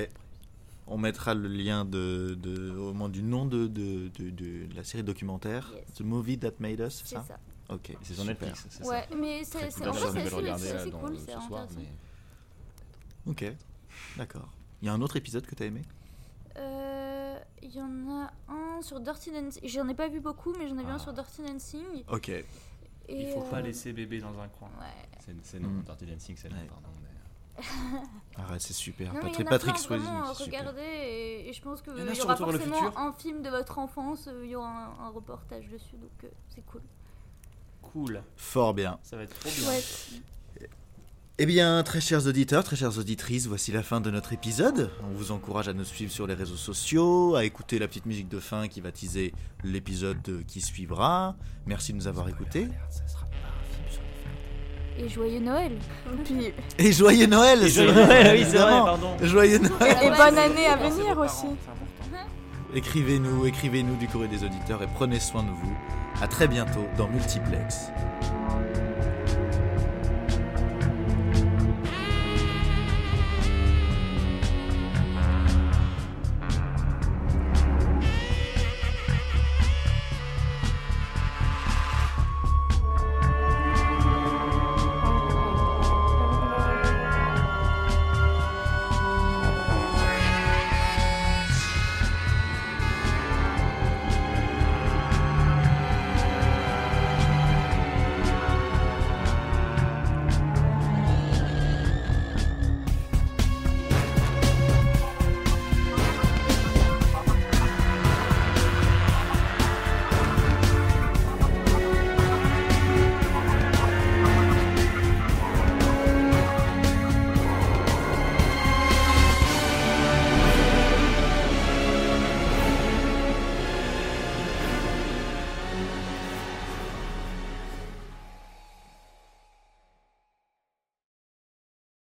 G: On mettra le lien de, de- au moins du nom de, de, de- de- de la série documentaire,
F: Yes.
G: The Movie That Made Us,
F: film.
G: c'est
F: C'est
G: ça,
F: ça.
G: Ok.
D: Et C'est sur
G: super.
D: Netflix, c'est
F: Ouais, mais c'est
D: ça.
F: c'est- en
D: D'ailleurs,
F: vrai,
D: je vais
F: c'est
D: le regarder,
F: assez- c'est
D: là,
F: assez
D: dans-
F: cool,
D: ce
F: c'est
D: soir,
F: intéressant.
D: mais-
G: Ok. D'accord. Il y a un autre épisode que t'as aimé
F: Euh, Il y en a un sur Dirty Dancing. J'en ai pas vu beaucoup, mais j'en ai vu
D: Ah.
F: un sur Dirty Dancing.
G: Ok.
F: Et
E: Il faut pas
F: euh,
E: laisser bébé dans un coin.
F: Ouais.
D: C'est- C'est non,
G: Mm.
D: Dirty Dancing, c'est non,
G: Ouais.
D: pardon. mais-
G: Arrête, Ah, c'est super.
F: Non, mais il y en
G: Patrick,
F: a
G: Patrick
F: plein,
G: Swayze,
F: vraiment,
G: c'est super.
F: regardez, et, et je pense qu'il
E: Il y en a
F: y,
E: sur
F: aura
E: Retour vers le
F: forcément
E: futur.
F: un film de votre enfance, euh, il y aura un, un reportage dessus, donc euh, c'est cool.
E: Cool,
G: Fort bien.
E: ça va être trop bien.
F: Ouais.
G: Eh bien, très chers auditeurs, très chères auditrices, voici la fin de notre épisode. On vous encourage à nous suivre sur les réseaux sociaux, à écouter la petite musique de fin qui va teaser l'épisode qui suivra. Merci de nous avoir écoutés.
F: Et joyeux Noël
H: Puis-
G: Et joyeux
E: Et
G: Noël c'est
E: joyeux
G: vrai,
E: Noël, oui, c'est vrai,
G: évidemment.
E: pardon.
G: Joyeux Noël
H: Et
F: ouais,
H: bonne
F: c'est-
H: année à
F: c'est-
E: Pensez
H: venir
E: aux parents,
H: aussi.
E: c'est important.
G: Écrivez-nous, écrivez-nous du courrier des auditeurs et prenez soin de vous. À très bientôt dans Multiplex.